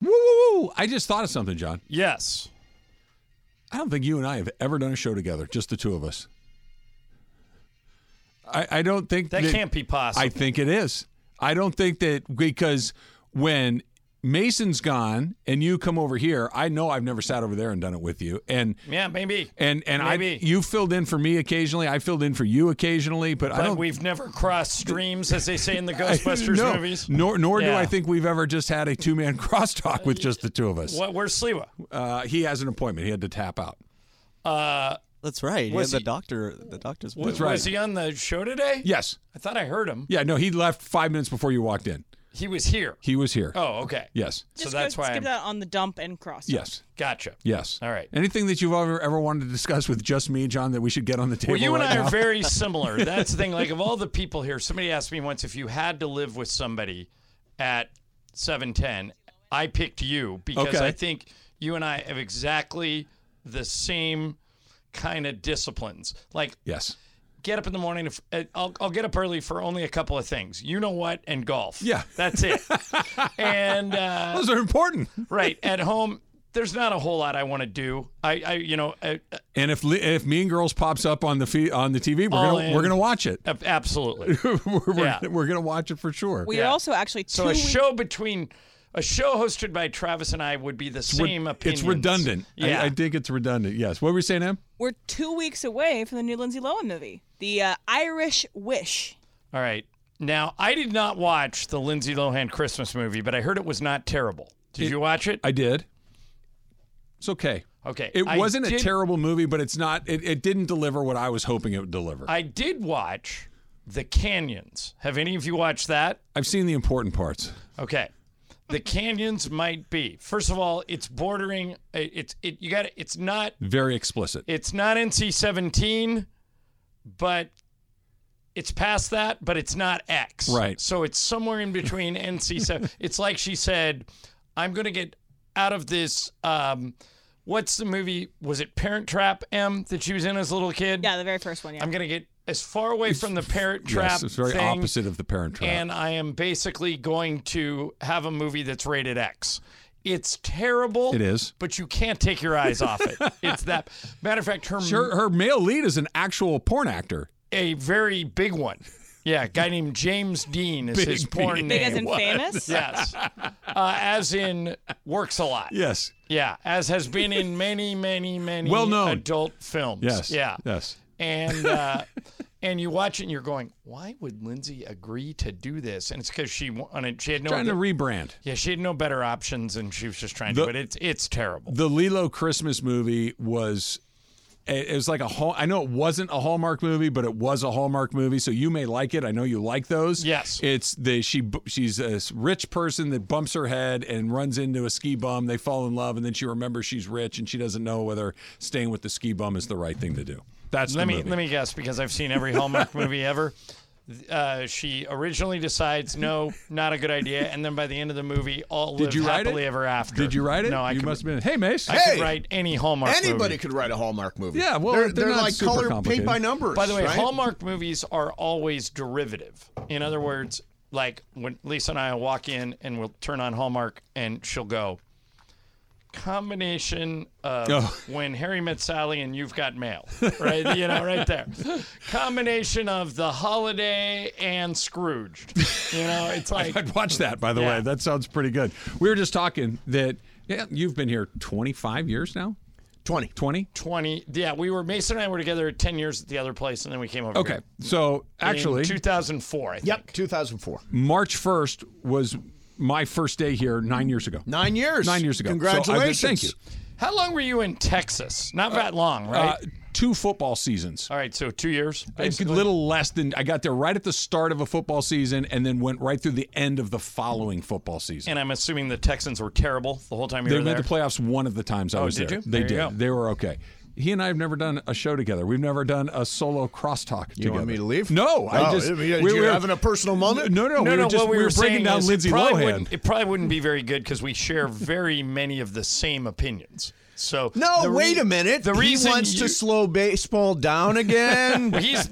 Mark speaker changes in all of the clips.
Speaker 1: Woo, woo, woo. I just thought of something, John.
Speaker 2: Yes.
Speaker 1: I don't think you and I have ever done a show together, just the two of us. I, I don't think
Speaker 2: That can't be possible.
Speaker 1: I think it is. I don't think that because when Mason's gone and you come over here, I know I've never sat over there and done it with you. And
Speaker 2: yeah, maybe.
Speaker 1: and and
Speaker 2: Maybe.
Speaker 1: I you filled in for me occasionally. I filled in for you occasionally, but, I
Speaker 2: but
Speaker 1: don't
Speaker 2: we've never crossed streams, as they say in the Ghostbusters
Speaker 1: no,
Speaker 2: movies.
Speaker 1: Nor nor do
Speaker 2: Yeah.
Speaker 1: I think we've ever just had a two man crosstalk with just the two of us.
Speaker 2: What? Where's Sliwa?
Speaker 1: Uh, he has an appointment. He had to tap out.
Speaker 2: Uh,
Speaker 3: That's right.
Speaker 2: Was
Speaker 3: yeah,
Speaker 2: he-
Speaker 3: the doctor. The doctor's.
Speaker 2: w-
Speaker 1: right.
Speaker 2: Was he on the show today?
Speaker 1: Yes.
Speaker 2: I thought I heard him.
Speaker 1: Yeah, no, he left five minutes before you walked in.
Speaker 2: He was here.
Speaker 1: He was here.
Speaker 2: Oh, okay.
Speaker 1: Yes.
Speaker 2: So
Speaker 4: Just
Speaker 2: that's
Speaker 4: go,
Speaker 2: why
Speaker 4: skip
Speaker 2: I'm-
Speaker 4: that on the dump and cross.
Speaker 1: Yes.
Speaker 2: Gotcha.
Speaker 1: Yes.
Speaker 2: All right.
Speaker 1: Anything that you've ever ever wanted to discuss with just me, John, that we should get on the table?
Speaker 2: Well, you and
Speaker 1: right
Speaker 2: I
Speaker 1: now?
Speaker 2: are very similar. That's the thing. Like, of all the people here, somebody asked me once if you had to live with somebody at 710. I picked you because
Speaker 1: Okay.
Speaker 2: I think you and I have exactly the same kind of disciplines. Like,
Speaker 1: Yes.
Speaker 2: get up in the morning. If, uh, I'll, I'll get up early for only a couple of things. You know what? And golf.
Speaker 1: Yeah.
Speaker 2: That's it. and uh,
Speaker 1: Those are important.
Speaker 2: right at home, there's not a whole lot I want to do. I, I you know, eh, I, I-
Speaker 1: And if Li- if Mean Girls pops up on the fee- on the TV, we're
Speaker 2: All
Speaker 1: gonna
Speaker 2: in.
Speaker 1: we're gonna watch it.
Speaker 2: absolutely.
Speaker 1: we're, we're,
Speaker 2: Yeah.
Speaker 1: we're gonna watch it for sure.
Speaker 4: We
Speaker 2: Yeah.
Speaker 4: are also actually two
Speaker 2: So a
Speaker 4: weeks-
Speaker 2: show between a show hosted by Travis and I would be the
Speaker 1: It's re-
Speaker 2: same opinion.
Speaker 1: it's redundant.
Speaker 2: Yeah.
Speaker 1: I, I think it's redundant. Yes. What were you saying, Em?
Speaker 4: we're two weeks away from the new Lindsay Lohan movie, The uh, Irish Wish.
Speaker 2: All right. Now I did not watch the Lindsay Lohan Christmas movie, but I heard it was not terrible. Did you watch it?
Speaker 1: I did. It's okay.
Speaker 2: okay.
Speaker 1: It
Speaker 2: I
Speaker 1: wasn't a
Speaker 2: did-
Speaker 1: terrible movie, but it's not. It, it didn't deliver what I was hoping it would deliver. I,
Speaker 2: I did watch The Canyons. Have any of you watched that?
Speaker 1: have seen the important parts.
Speaker 2: Okay. The Canyons might be. First of all, it's bordering it- it's it you got to it's not
Speaker 1: Very explicit.
Speaker 2: it's not NC-17, but it's past that, but it's not X.
Speaker 1: Right.
Speaker 2: So it's somewhere in between NC-7. it's like she said, "I'm going to get out of this." Um, what's the movie? Was it Parent Trap? M that she was in as a little kid.
Speaker 4: Yeah, the very first one. Yeah.
Speaker 2: I'm going to get as far away from the Parent Trap.
Speaker 1: yes, it's very
Speaker 2: thing,
Speaker 1: opposite of the Parent Trap.
Speaker 2: And I am basically going to have a movie that's rated X. It's terrible.
Speaker 1: It is.
Speaker 2: But you can't take your eyes off it. It's that. Matter of fact, her
Speaker 1: Her, her male lead is an actual porn actor.
Speaker 2: a very big one. Yeah, a guy named James Dean is his
Speaker 1: Big
Speaker 2: porn
Speaker 1: Dean.
Speaker 4: Big
Speaker 2: name.
Speaker 4: as in famous.
Speaker 2: yes, uh, as in works a lot.
Speaker 1: Yes.
Speaker 2: Yeah, as has been in many, many, many
Speaker 1: Well known.
Speaker 2: adult films.
Speaker 1: Yes.
Speaker 2: Yeah.
Speaker 1: Yes.
Speaker 2: And uh, and you watch it and you're going, why would Lindsay agree to do this? And it's because she wanted. She had no.
Speaker 1: Trying to rebrand.
Speaker 2: yeah, she had no better options, and she was just trying
Speaker 1: The-
Speaker 2: to. But it's it's terrible.
Speaker 1: The Lilo Christmas movie was it it was like a hall I know it wasn't a Hallmark movie, but it was a Hallmark movie, so you may like it. I know you like those.
Speaker 2: Yes.
Speaker 1: It's the she bu- she's a s- rich person that bumps her head and runs into a ski bum. They fall in love and then she remembers she's rich and she doesn't know whether staying with the ski bum is the right thing to do. That's the
Speaker 2: let me
Speaker 1: movie.
Speaker 2: let me guess because I've seen every Hallmark movie ever. Uh, she originally decides no, not a good idea, and then by the end of the movie, all live
Speaker 1: you write
Speaker 2: happily
Speaker 1: it?
Speaker 2: ever after.
Speaker 1: Did you write it?
Speaker 2: No, I
Speaker 1: you
Speaker 2: could,
Speaker 1: must have been. Hey, Mace.
Speaker 2: I could
Speaker 5: Hey!
Speaker 2: write any Hallmark.
Speaker 5: Anybody
Speaker 2: movie.
Speaker 5: could write a Hallmark movie.
Speaker 1: Yeah, well,
Speaker 5: they're,
Speaker 1: they're not
Speaker 5: like
Speaker 1: super
Speaker 5: color paint
Speaker 1: complicated.
Speaker 5: by numbers.
Speaker 2: By the way,
Speaker 5: right?
Speaker 2: Hallmark movies are always derivative. In other words, like when Lisa and I will walk in and we'll turn on Hallmark, and she'll go combination of
Speaker 1: Oh.
Speaker 2: when Harry met Sally and you've got mail, right? you know, right there. Combination of the holiday and Scrooged. You know, it's like
Speaker 1: I'd watch that, by the
Speaker 2: Yeah.
Speaker 1: way. That sounds pretty good. We were just talking that yeah, you've been here 25 years now?
Speaker 5: 20.
Speaker 1: 20?
Speaker 2: 20. Yeah, we were, Mason and I were together 10 years at the other place, and then we came over.
Speaker 1: Okay.
Speaker 2: here.
Speaker 1: So actually,
Speaker 2: In 2004, I think.
Speaker 5: Yep, 2004.
Speaker 1: March 1st was my first day here nine years ago.
Speaker 5: Nine years.
Speaker 1: Nine years ago. So uh, I've been-
Speaker 5: Congratulations.
Speaker 1: thank you.
Speaker 2: How long were you in Texas? Not that long, right?
Speaker 1: Uh, two football seasons.
Speaker 2: All right, so two years.
Speaker 1: A
Speaker 2: basically.
Speaker 1: little less than I got there right at the start of a football season, and then went right through the end of the following football season.
Speaker 2: And I'm assuming the Texans were terrible the whole time you
Speaker 1: They
Speaker 2: were
Speaker 1: made
Speaker 2: there. Oh,
Speaker 1: the playoffs one of the times I was
Speaker 2: did
Speaker 1: there.
Speaker 2: you?
Speaker 1: They
Speaker 2: There you
Speaker 1: did.
Speaker 2: go.
Speaker 1: They were okay. He and I have never done a show together. We've never done a solo crosstalk together.
Speaker 5: You want me to leave?
Speaker 1: No, I
Speaker 5: Oh,
Speaker 1: just
Speaker 5: I mean, did you having a personal moment?
Speaker 1: No, no,
Speaker 2: no,
Speaker 1: we
Speaker 2: no.
Speaker 1: were just
Speaker 2: what we
Speaker 1: we
Speaker 2: were,
Speaker 1: were breaking
Speaker 2: saying
Speaker 1: down
Speaker 2: is
Speaker 1: Lindsay
Speaker 2: probably
Speaker 1: Lohan.
Speaker 2: wouldn't- It probably wouldn't be very good because we share very many of the same opinions. So
Speaker 5: No,
Speaker 2: the re-
Speaker 5: wait a minute.
Speaker 2: The
Speaker 5: he
Speaker 2: reason
Speaker 5: wants
Speaker 2: you-
Speaker 5: to slow baseball down again.
Speaker 2: He's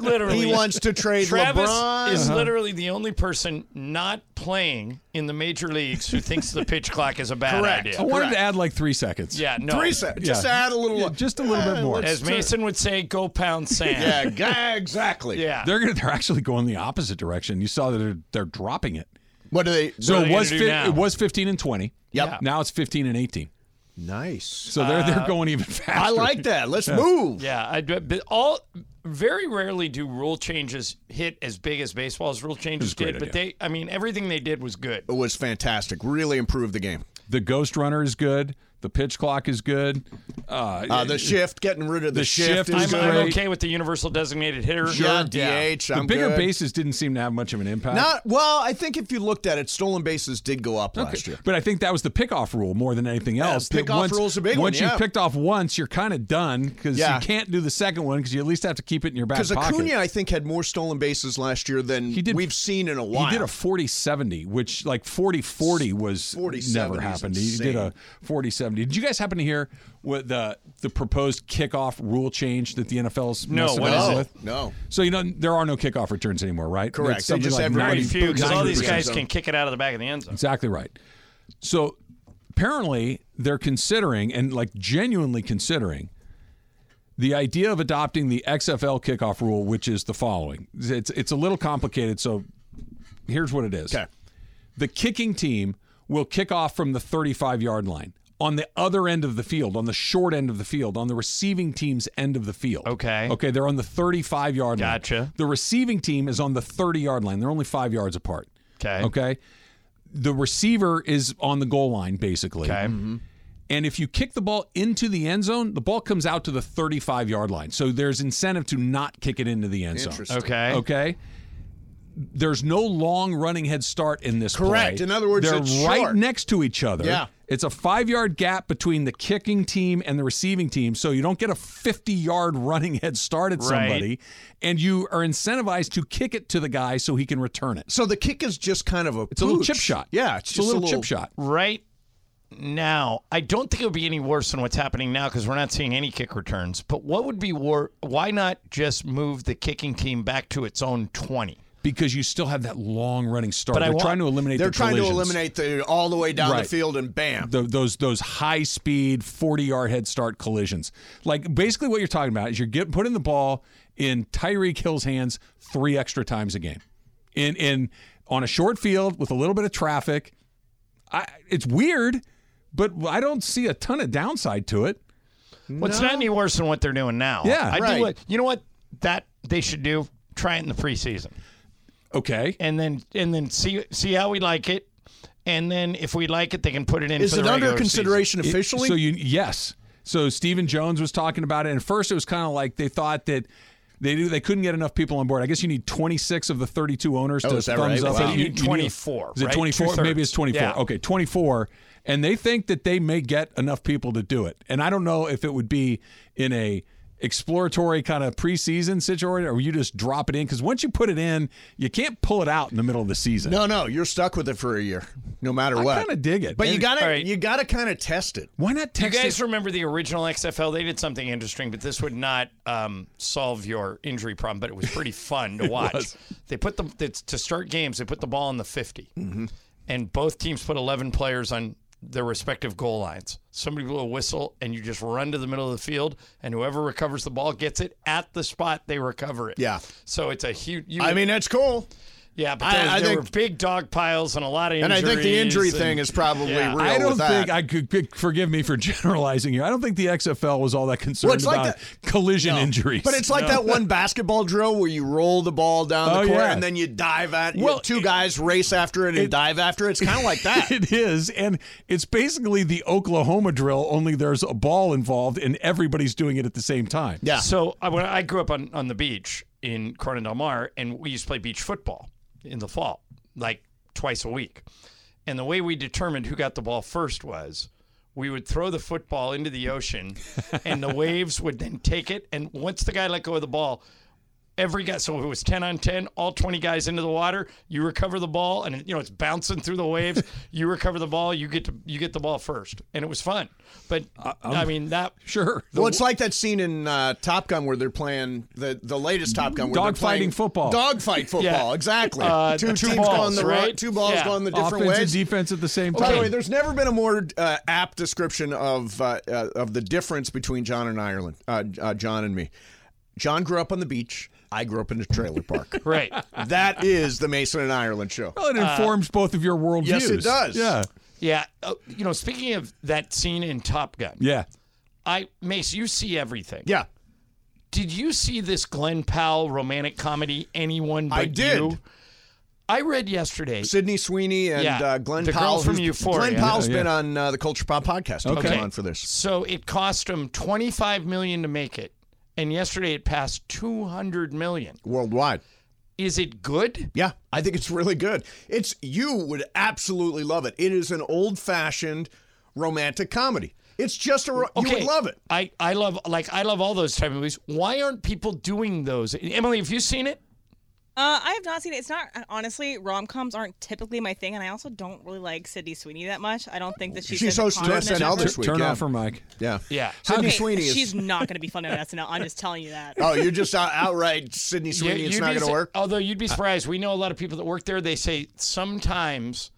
Speaker 5: He
Speaker 2: literally.
Speaker 5: wants to trade
Speaker 2: Travis
Speaker 5: LeBron. Uh-huh.
Speaker 2: is literally the only person not playing in the major leagues who thinks the pitch clock is a bad
Speaker 5: Correct.
Speaker 1: I
Speaker 2: idea.
Speaker 1: wanted to add like three seconds.
Speaker 2: Yeah, no.
Speaker 5: Three sec-
Speaker 1: Yeah.
Speaker 5: Just add a little. Ah,
Speaker 1: Yeah, just a little bit more.
Speaker 5: let's
Speaker 2: As
Speaker 5: turn-
Speaker 2: Mason would say, go pound sand.
Speaker 5: Yeah, g- exactly.
Speaker 2: Yeah.
Speaker 1: They're gonna, they're actually going the opposite direction. You saw that they're, they're dropping it.
Speaker 5: What do they?
Speaker 1: So
Speaker 2: are
Speaker 1: it
Speaker 2: they
Speaker 1: was
Speaker 2: gonna do now?
Speaker 1: it was 15 and 20.
Speaker 5: Yep.
Speaker 2: Yeah. Uh,
Speaker 1: Now it's 15 and 18.
Speaker 5: nice.
Speaker 1: So they're they're going even faster.
Speaker 5: I like that. Let's move.
Speaker 2: Yeah, I do- but all very rarely do rule changes hit as big as baseball's rule changes
Speaker 1: a great
Speaker 2: did. But
Speaker 1: idea.
Speaker 2: they, I mean, everything they did was good.
Speaker 5: It was fantastic. Really improved the game.
Speaker 1: The Ghost Runner is good. The pitch clock is good. Uh,
Speaker 5: Uh, the shift, getting rid of the,
Speaker 1: The shift
Speaker 5: is
Speaker 1: is
Speaker 2: I'm,
Speaker 5: good.
Speaker 2: I'm
Speaker 1: great.
Speaker 2: okay with the universal designated hitter.
Speaker 5: Yeah,
Speaker 2: Yeah.
Speaker 5: DH.
Speaker 1: the
Speaker 5: I'm
Speaker 1: bigger
Speaker 5: good.
Speaker 1: bases didn't seem to have much of an impact.
Speaker 5: Not well. I think if you looked at it, stolen bases did go up last year.
Speaker 1: But I think that was the pickoff rule more than anything else. that
Speaker 5: pickoff
Speaker 1: once,
Speaker 5: rule's a big
Speaker 1: Once
Speaker 5: one, yeah.
Speaker 1: you've picked off once, you're kind of done because
Speaker 5: Yeah.
Speaker 1: you can't do the second one because you at least have to keep it in your back
Speaker 5: Because
Speaker 1: pocket.
Speaker 5: Acuna, I think, had more stolen bases last year than
Speaker 1: He did-
Speaker 5: we've seen in a
Speaker 1: he
Speaker 5: while.
Speaker 1: did a 40-70, which like 40-40 was
Speaker 5: 40-70
Speaker 1: never
Speaker 5: is
Speaker 1: happened. He did a 40-70. Did you guys happen to hear what the the proposed kickoff rule change that the NFL's
Speaker 2: No,
Speaker 1: messing
Speaker 2: what
Speaker 1: around
Speaker 2: is it?
Speaker 1: with?
Speaker 5: No.
Speaker 1: So you know there are no kickoff returns anymore, right?
Speaker 5: Correct.
Speaker 1: It's
Speaker 5: They
Speaker 1: something
Speaker 5: just
Speaker 1: like
Speaker 5: everybody-
Speaker 2: Very
Speaker 1: 90
Speaker 2: few, because all these
Speaker 5: 90%
Speaker 2: guys
Speaker 5: zone.
Speaker 2: can kick it out of the back of the end zone.
Speaker 1: Exactly right. So apparently they're considering and like genuinely considering the idea of adopting the XFL kickoff rule, which is the following. It's it's a little complicated, so here's what it is.
Speaker 5: Okay.
Speaker 1: The kicking team will kick off from the 35 yard line on the other end of the field, on the short end of the field, on the receiving team's end of the field.
Speaker 2: Okay.
Speaker 1: Okay, they're on the 35 yard line.
Speaker 2: Gotcha.
Speaker 1: The receiving team is on the 30 yard line. They're only five yards apart.
Speaker 2: Okay.
Speaker 1: Okay. The receiver is on the goal line, basically.
Speaker 2: Okay.
Speaker 1: And if you kick the ball into the end zone, the ball comes out to the 35 yard line. So there's incentive to not kick it into the end zone.
Speaker 5: Interesting.
Speaker 2: Okay.
Speaker 1: Okay. There's no long running head start in this
Speaker 5: Correct.
Speaker 1: play.
Speaker 5: In other words,
Speaker 1: they're
Speaker 5: it's
Speaker 1: right
Speaker 5: short.
Speaker 1: next to each other.
Speaker 5: Yeah.
Speaker 1: It's a five yard gap between the kicking team and the receiving team, so you don't get a 50 yard running head start at somebody, and you are incentivized to kick it to the guy so he can return it.
Speaker 5: So the kick is just kind of a
Speaker 1: It's a little chip shot.
Speaker 5: Yeah,
Speaker 1: it's, a little chip shot.
Speaker 2: Right now, I don't think it would be any worse than what's happening now because we're not seeing any kick returns. But what would be war? Why not just move the kicking team back to its own twenty?
Speaker 1: because you still have that long running start.
Speaker 2: But I
Speaker 1: they're
Speaker 2: want-
Speaker 1: trying to eliminate.
Speaker 5: They're
Speaker 1: the
Speaker 5: trying to
Speaker 1: collisions.
Speaker 5: eliminate the all the way down the
Speaker 1: Right.
Speaker 5: field and bam.
Speaker 1: Tho- those those high speed forty yard head start collisions. Like basically what you're talking about is you're get, putting the ball in Tyreek Hill's hands three extra times a game, in in on a short field with a little bit of traffic. I it's weird, but I don't see a ton of downside to it.
Speaker 2: Well, it's not any worse than what they're doing now.
Speaker 1: Yeah,
Speaker 2: I
Speaker 5: right.
Speaker 2: do. Like, you know what? That they should do. Try it in the preseason,
Speaker 1: Okay,
Speaker 2: and then and then see see how we like it, and then if we like it, they can put it in.
Speaker 5: Is
Speaker 2: for
Speaker 5: it
Speaker 2: the
Speaker 5: under
Speaker 2: regular season.
Speaker 5: consideration
Speaker 1: It-
Speaker 5: officially?
Speaker 1: So you yes. So Stephen Jones was talking about it, and at first it was kind of like they thought that. They knew they couldn't get enough people on board. I guess you need 26 of the 32 owners
Speaker 5: Oh,
Speaker 1: to
Speaker 5: is that
Speaker 1: thumbs
Speaker 5: right?
Speaker 1: up.
Speaker 5: Wow.
Speaker 1: it.
Speaker 5: You
Speaker 2: need 24,
Speaker 1: Is it
Speaker 2: right?
Speaker 1: 24?
Speaker 2: Two-thirds.
Speaker 1: Maybe it's 24.
Speaker 2: Yeah.
Speaker 1: Okay, 24. And they think that they may get enough people to do it. And I don't know if it would be in a exploratory kind of preseason situation or you just drop it in because once you put it in, you can't pull it out in the middle of the season.
Speaker 5: no, no, you're stuck with it for a year, no matter what.
Speaker 1: kinda dig it.
Speaker 5: but you
Speaker 1: And-
Speaker 5: gotta
Speaker 2: all right.
Speaker 5: you gotta kind of test it.
Speaker 1: Why not
Speaker 2: You
Speaker 1: text it
Speaker 2: guys remember the original XFL? They did something interesting, but this would not um, solve your injury problem. But it was pretty fun to watch. They put the it's, to start games. They put the ball on the 50
Speaker 5: Mm-hmm.
Speaker 2: and both teams put eleven players on their respective goal lines. Somebody blew a whistle, and you just run to the middle of the field, and whoever recovers the ball gets it at the spot they recover it.
Speaker 5: Yeah.
Speaker 2: So it's a huge. You,
Speaker 5: I mean, that's cool.
Speaker 2: Yeah, but
Speaker 5: I-
Speaker 2: there,
Speaker 5: I
Speaker 2: there
Speaker 5: think-
Speaker 2: were big dog piles and a lot of
Speaker 5: And
Speaker 2: injuries.
Speaker 5: I think the injury
Speaker 2: and-
Speaker 5: thing is probably
Speaker 2: Yeah.
Speaker 5: real.
Speaker 1: I don't
Speaker 5: with that.
Speaker 1: think I could could- forgive me for generalizing here. I don't think the XFL was all that concerned
Speaker 5: it's like
Speaker 1: about
Speaker 5: that-
Speaker 1: collision
Speaker 5: No.
Speaker 1: injuries.
Speaker 5: But it's like that one basketball drill where you roll the ball down
Speaker 1: Oh,
Speaker 5: the court
Speaker 1: yeah.
Speaker 5: and then you dive at
Speaker 1: Well,
Speaker 5: well, two
Speaker 1: it-
Speaker 5: guys race after it and
Speaker 1: it-
Speaker 5: dive after it. It's kind of like that.
Speaker 1: it is, and it's basically the Oklahoma drill. Only there's a ball involved, and everybody's doing it at the same time.
Speaker 5: Yeah.
Speaker 2: So I, when I grew up on, on the beach in Corona del Mar, and we used to play beach football in the fall, like twice a week. And the way we determined who got the ball first was we would throw the football into the ocean, and the waves would then take it. And once the guy let go of the ball, every guy so if it was 10 on 10 all 20 guys into the water you recover the ball and you know it's bouncing through the waves you recover the ball you get to you get the ball first and it was fun but i mean that
Speaker 1: Sure.
Speaker 5: well, it's like that scene in uh, Top Gun where they're playing the, the latest Top Gun. where they're
Speaker 1: Dogfighting
Speaker 5: playing
Speaker 1: football.
Speaker 5: Dogfight football, exactly.
Speaker 2: Uh,
Speaker 5: two,
Speaker 2: two
Speaker 5: teams
Speaker 2: balls,
Speaker 5: going the
Speaker 2: right?
Speaker 5: Two balls
Speaker 2: Yeah.
Speaker 5: going the different
Speaker 1: Offense and
Speaker 5: ways.
Speaker 1: defense at the same
Speaker 5: By
Speaker 1: time.
Speaker 5: the way, there's never been a more uh, apt description of uh, uh, of the difference between John and Ireland, uh, uh, John and me. John grew up on the beach. I grew up in a trailer park.
Speaker 2: right
Speaker 5: that is the Mason and Ireland show.
Speaker 1: well, it informs both of your worldviews.
Speaker 5: uh, yes, it does.
Speaker 1: Yeah.
Speaker 2: Yeah, uh, you know, speaking of that scene in Top Gun,
Speaker 1: Yeah.
Speaker 2: I Mace, you see everything.
Speaker 5: Yeah.
Speaker 2: Did you see this Glenn Powell romantic comedy? Anyone but
Speaker 5: I did.
Speaker 2: you? I read yesterday.
Speaker 5: Sydney Sweeney and
Speaker 2: Yeah,
Speaker 5: uh, Glenn
Speaker 2: the girl
Speaker 5: Powell.
Speaker 2: from
Speaker 5: who's-
Speaker 2: Euphoria. Oh,
Speaker 5: Glenn Powell's
Speaker 1: Yeah,
Speaker 5: been
Speaker 1: yeah.
Speaker 5: on uh, the Culture Pop podcast. He
Speaker 1: Okay.
Speaker 5: came on for this.
Speaker 2: So it cost him twenty five million to make it, and yesterday it passed two hundred million.
Speaker 5: Worldwide.
Speaker 2: Is it good?
Speaker 5: Yeah, I think it's really good. It's you would absolutely love it. It is an old-fashioned romantic comedy. It's just a ro- you would love it.
Speaker 2: I, I love like I love all those type of movies. Why aren't people doing those? Emily, have you seen it?
Speaker 4: Uh, I have not seen it. It's not honestly. Rom coms aren't typically my thing, and I also don't really like Sydney Sweeney that much. I don't think that she's.
Speaker 5: She's
Speaker 4: as
Speaker 5: hosted
Speaker 4: fun on
Speaker 5: SNL this
Speaker 4: SNL.
Speaker 1: Tur-
Speaker 5: week,
Speaker 1: Turn
Speaker 5: yeah.
Speaker 1: off her mic.
Speaker 5: Yeah.
Speaker 2: Yeah.
Speaker 5: Sydney
Speaker 4: Okay,
Speaker 5: Sweeney is
Speaker 4: She's not going to be fun on SNL. I'm just telling you that.
Speaker 5: Oh, you're just out, outright Sydney Sweeney.
Speaker 2: Yeah,
Speaker 5: it's
Speaker 2: you'd
Speaker 5: not
Speaker 2: be
Speaker 5: going to
Speaker 2: su-
Speaker 5: work.
Speaker 2: Although you'd be surprised, we know a lot of people that work there. They say sometimes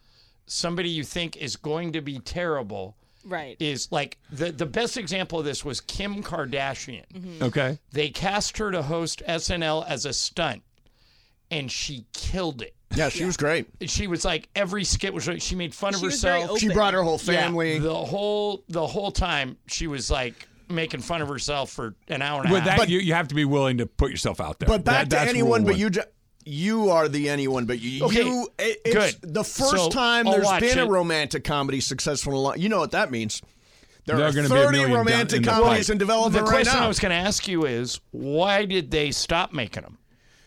Speaker 2: somebody you think is going to be terrible
Speaker 4: Right.
Speaker 2: is like the the best example of this was Kim Kardashian.
Speaker 5: Hmm.
Speaker 1: Okay.
Speaker 5: Ah.
Speaker 2: They cast her to host SNL as a stunt, and she killed it.
Speaker 5: Yeah, she was great.
Speaker 2: She was like every skit was she made fun of
Speaker 4: She was very
Speaker 2: herself.
Speaker 4: open.
Speaker 5: She brought her whole
Speaker 2: Yeah,
Speaker 5: family.
Speaker 2: the whole the whole time she was like making fun of herself for an hour and a
Speaker 1: With
Speaker 2: half.
Speaker 1: that, you, you have to be willing to put yourself out there.
Speaker 5: But back
Speaker 1: That- that's
Speaker 5: to
Speaker 1: rule
Speaker 5: anyone but
Speaker 1: one.
Speaker 5: you. Ju- you are the anyone but you.
Speaker 2: Okay,
Speaker 5: you it- it's
Speaker 2: good.
Speaker 5: The first
Speaker 2: So,
Speaker 5: time
Speaker 2: I'll
Speaker 5: there's
Speaker 2: watch
Speaker 5: been a
Speaker 2: it.
Speaker 5: romantic comedy successful. in a lot- You know what that means? There
Speaker 1: There
Speaker 5: are
Speaker 1: are gonna
Speaker 5: 30
Speaker 1: be a million down
Speaker 5: romantic
Speaker 1: in the
Speaker 5: comedies
Speaker 1: pipe.
Speaker 5: in
Speaker 2: the
Speaker 5: development right
Speaker 2: question
Speaker 5: now.
Speaker 2: I was going to ask you is why did they stop making them?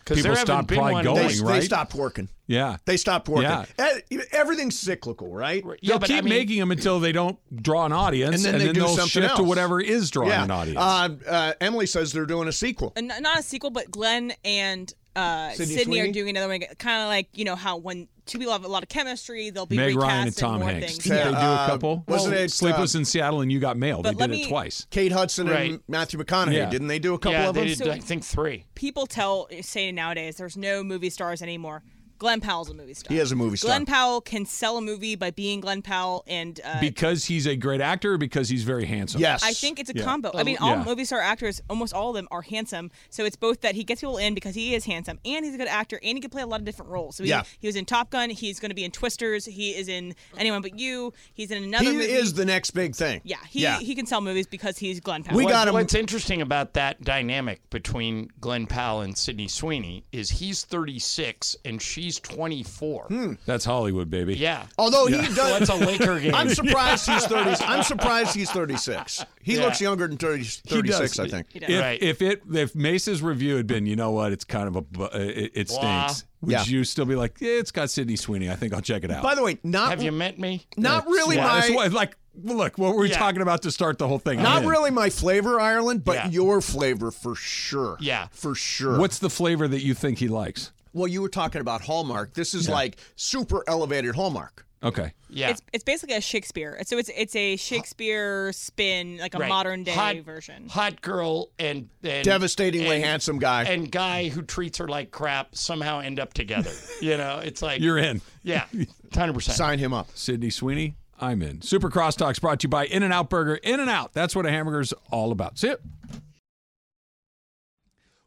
Speaker 2: Because
Speaker 1: People
Speaker 2: there haven't
Speaker 1: stopped
Speaker 2: been
Speaker 1: probably
Speaker 2: one.
Speaker 1: going,
Speaker 5: they,
Speaker 2: They-
Speaker 5: they
Speaker 1: right?
Speaker 5: stopped working.
Speaker 1: Yeah.
Speaker 5: They stopped working.
Speaker 1: Yeah.
Speaker 5: E- Everything's cyclical, right?
Speaker 2: Yeah,
Speaker 1: They'll
Speaker 2: but
Speaker 1: keep
Speaker 2: I mean,
Speaker 1: making them until they don't draw an audience,
Speaker 5: And then they do
Speaker 1: will
Speaker 5: something
Speaker 1: shift to
Speaker 5: else.
Speaker 1: whatever is drawing
Speaker 5: Yeah.
Speaker 1: an audience.
Speaker 5: Uh, uh, Emily says they're doing a sequel.
Speaker 4: N- uh, not a sequel, but Glenn and uh,
Speaker 5: Sydney
Speaker 4: Sydney,
Speaker 5: Sweeney?
Speaker 4: are doing another one, kind of like you know how when two people have a lot of chemistry, they'll be
Speaker 1: Meg
Speaker 4: recast
Speaker 1: Ryan and
Speaker 4: in
Speaker 1: Tom
Speaker 4: more
Speaker 1: Hanks.
Speaker 4: things.
Speaker 1: Didn't
Speaker 5: Yeah,
Speaker 1: they do a
Speaker 5: uh,
Speaker 1: couple?
Speaker 5: wasn't it, uh,
Speaker 1: Sleepless in Seattle and You Got Mail? They
Speaker 4: but let
Speaker 1: did it
Speaker 4: me-
Speaker 1: twice.
Speaker 5: Kate Hudson and
Speaker 2: Right.
Speaker 5: Matthew McConaughey.
Speaker 1: Yeah.
Speaker 5: Didn't they do a couple
Speaker 2: yeah,
Speaker 5: of
Speaker 2: they
Speaker 5: them?
Speaker 2: did, I think three.
Speaker 4: People tell say nowadays there's no movie stars anymore. Glenn Powell's a movie star.
Speaker 5: He is a movie star.
Speaker 4: Glenn Powell can sell a movie by being Glenn Powell, and uh,
Speaker 1: Because he's a great actor or because he's very handsome?
Speaker 5: yes.
Speaker 4: I think it's a combo. I mean, all
Speaker 1: yeah.
Speaker 4: movie star actors, almost all of them, are handsome. So it's both that he gets people in because he is handsome and he's a good actor and he can play a lot of different roles. So he,
Speaker 5: Yeah.
Speaker 4: he was in Top Gun. He's going to be in Twisters. He is in Anyone But You. He's in another
Speaker 5: he
Speaker 4: movie.
Speaker 5: is the next big thing.
Speaker 4: yeah, he, he can sell movies because he's Glenn Powell.
Speaker 5: We
Speaker 2: What-
Speaker 5: got him.
Speaker 2: What's interesting about that dynamic between Glenn Powell and Sidney Sweeney is he's 36 and she's 24.
Speaker 5: Hmm.
Speaker 1: That's Hollywood, baby.
Speaker 2: Yeah.
Speaker 5: Although he
Speaker 2: So
Speaker 5: does.
Speaker 2: that's a Laker game.
Speaker 5: Oh, I'm surprised he's 30. I'm surprised he's 36. He
Speaker 2: Yeah.
Speaker 5: looks younger than 30, 36, I think.
Speaker 4: does.
Speaker 1: If,
Speaker 2: Right.
Speaker 1: if it if Mace's review had been, you know what, it's kind of a bu- uh, it, it
Speaker 2: Blah.
Speaker 1: stinks. Would
Speaker 5: Yeah.
Speaker 1: you still be like, yeah, it's got Sidney Sweeney? I think I'll check it out.
Speaker 5: By the way, not
Speaker 2: Have you met me?
Speaker 5: not really
Speaker 1: yeah, that's
Speaker 5: my
Speaker 1: why- like, look, what were we
Speaker 2: Yeah.
Speaker 1: talking about to start the whole thing? I'm
Speaker 5: not
Speaker 1: in.
Speaker 5: really my flavor, Ireland, but
Speaker 2: Yeah.
Speaker 5: your flavor for sure.
Speaker 2: Yeah.
Speaker 5: for sure.
Speaker 1: What's the flavor that you think he likes?
Speaker 5: well, you were talking about Hallmark. This is like super elevated Hallmark.
Speaker 1: Okay.
Speaker 2: Yeah.
Speaker 4: It's, it's basically a Shakespeare. So it's it's a Shakespeare spin, like a
Speaker 2: Right.
Speaker 4: modern day
Speaker 2: Hot-
Speaker 4: version.
Speaker 2: Hot girl and, and
Speaker 5: Devastatingly
Speaker 2: and-
Speaker 5: handsome guy.
Speaker 2: and guy who treats her like crap somehow end up together. you know, it's like
Speaker 1: You're in.
Speaker 2: yeah, hundred percent.
Speaker 5: Sign him up.
Speaker 1: Sydney Sweeney, I'm in. Super Crosstalks brought to you by In N Out Burger. In N Out, that's what a hamburger's all about. See it.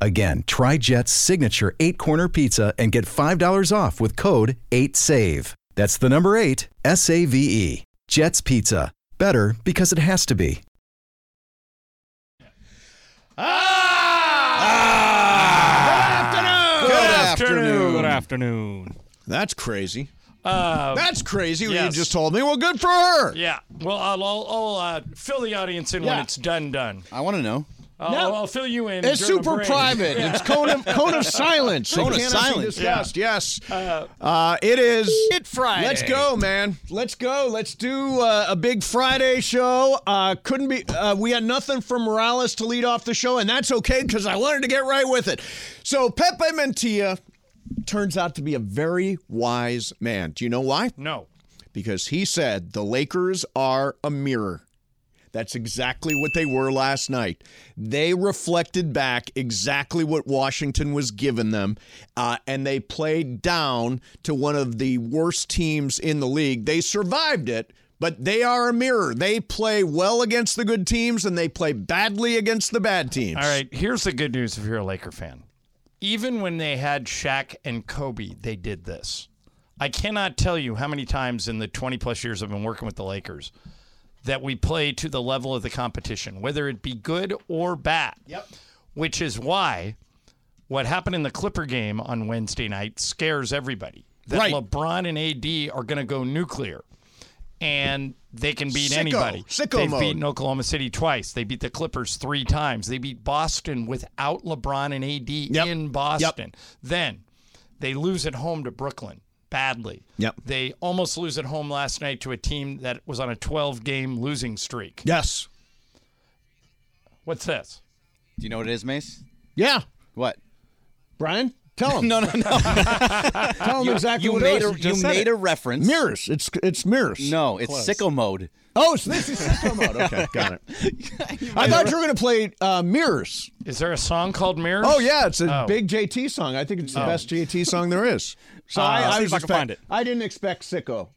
Speaker 6: Again, try Jet's signature eight corner pizza and get $5 off with code 8SAVE. That's the number eight, S A V E. Jet's Pizza. Better because it has to be.
Speaker 2: Ah!
Speaker 5: Good afternoon.
Speaker 7: Good afternoon.
Speaker 5: That's crazy.
Speaker 2: Uh,
Speaker 5: That's crazy what
Speaker 2: yes.
Speaker 5: you just told me. Well, good for her.
Speaker 2: yeah. Well, I'll, I'll, I'll uh, fill the audience in when
Speaker 5: Yeah.
Speaker 2: it's done. Done.
Speaker 7: I want to know.
Speaker 2: I'll,
Speaker 5: No.
Speaker 2: I'll fill you in.
Speaker 5: It's
Speaker 2: during a
Speaker 5: super
Speaker 2: break.
Speaker 5: private. It's cone of cone of silence.
Speaker 7: Cone
Speaker 5: It
Speaker 7: of
Speaker 5: cannot be
Speaker 7: silence.
Speaker 5: discussed. Yes. Uh, it is.
Speaker 7: It Friday.
Speaker 5: Let's go, man. Let's go. Let's do uh, a big Friday show. Uh, couldn't be. Uh, we had nothing from Morales to lead off the show, and that's okay because I wanted to get right with it. So Pepe Mantilla turns out to be a very wise man. Do you know why?
Speaker 2: No.
Speaker 5: because he said the Lakers are a mirror. That's exactly what they were last night. They reflected back exactly what Washington was giving them, uh, and they played down to one of the worst teams in the league. They survived it, but they are a mirror. They play well against the good teams, and they play badly against the bad teams.
Speaker 2: All right. Here's the good news if you're a Laker fan. Even when they had Shaq and Kobe, they did this. I cannot tell you how many times in the 20 plus years I've been working with the Lakers that we play to the level of the competition, whether it be good or bad. Yep. Which is why what happened in the Clipper game on Wednesday night scares everybody. That
Speaker 5: Right.
Speaker 2: LeBron and AD are going to go nuclear and they can beat
Speaker 5: Sicko.
Speaker 2: anybody.
Speaker 5: Sicko
Speaker 2: They've
Speaker 5: mode.
Speaker 2: beaten Oklahoma City twice. They beat the Clippers three times. They beat Boston without LeBron and AD in Boston. Then they lose at home to Brooklyn badly.
Speaker 5: Yep.
Speaker 2: They almost lose at home last night to a team that was on a 12 game losing streak.
Speaker 5: Yes.
Speaker 2: What's this?
Speaker 7: Do you know what it is, Mace?
Speaker 5: Yeah.
Speaker 7: What?
Speaker 5: Brian, tell him.
Speaker 7: No, no, no.
Speaker 5: Tell him exactly
Speaker 7: you
Speaker 5: what
Speaker 7: made
Speaker 5: it
Speaker 7: a,
Speaker 5: is.
Speaker 7: you
Speaker 5: just said
Speaker 7: made
Speaker 5: it.
Speaker 7: a reference.
Speaker 5: mirrors. It's it's mirrors.
Speaker 7: No, it's sicko mode.
Speaker 5: Oh, so this is sicko mode. Okay, got it. I thought you were going to play uh, Mirrors.
Speaker 2: Is there a song called Mirrors?
Speaker 5: Oh, yeah, it's a
Speaker 2: Oh.
Speaker 5: big JT song. I think it's the best JT song there is. So I,
Speaker 7: I'll
Speaker 5: Uh, I
Speaker 7: see if
Speaker 5: was
Speaker 7: I can
Speaker 5: expect-
Speaker 7: find it.
Speaker 5: I didn't expect sicko.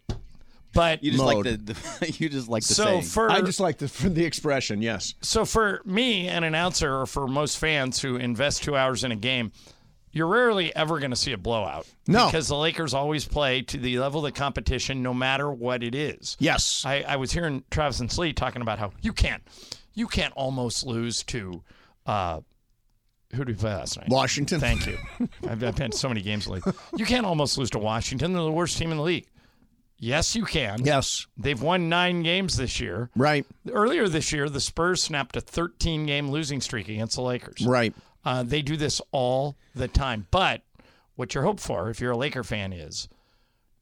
Speaker 2: But
Speaker 7: You just
Speaker 5: Mode.
Speaker 7: like the, the you just like the
Speaker 2: so
Speaker 7: saying.
Speaker 2: for
Speaker 5: I just like the for the expression. Yes.
Speaker 2: so for me, an announcer, or for most fans who invest two hours in a game, you're rarely ever going to see a blowout.
Speaker 5: No.
Speaker 2: because the Lakers always play to the level of the competition, no matter what it is.
Speaker 5: Yes.
Speaker 2: I, I was hearing Travis and Slee talking about how you can't, you can't almost lose to, uh, who did we play last night?
Speaker 5: Washington.
Speaker 2: Thank you. I've, I've had so many games lately. You can't almost lose to Washington. They're the worst team in the league. Yes, you can.
Speaker 5: Yes.
Speaker 2: They've won nine games this year.
Speaker 5: Right.
Speaker 2: Earlier this year, the Spurs snapped a 13 game losing streak against the Lakers.
Speaker 5: Right.
Speaker 2: Uh, they do this all the time. But what you're hoped for, if you're a Laker fan, is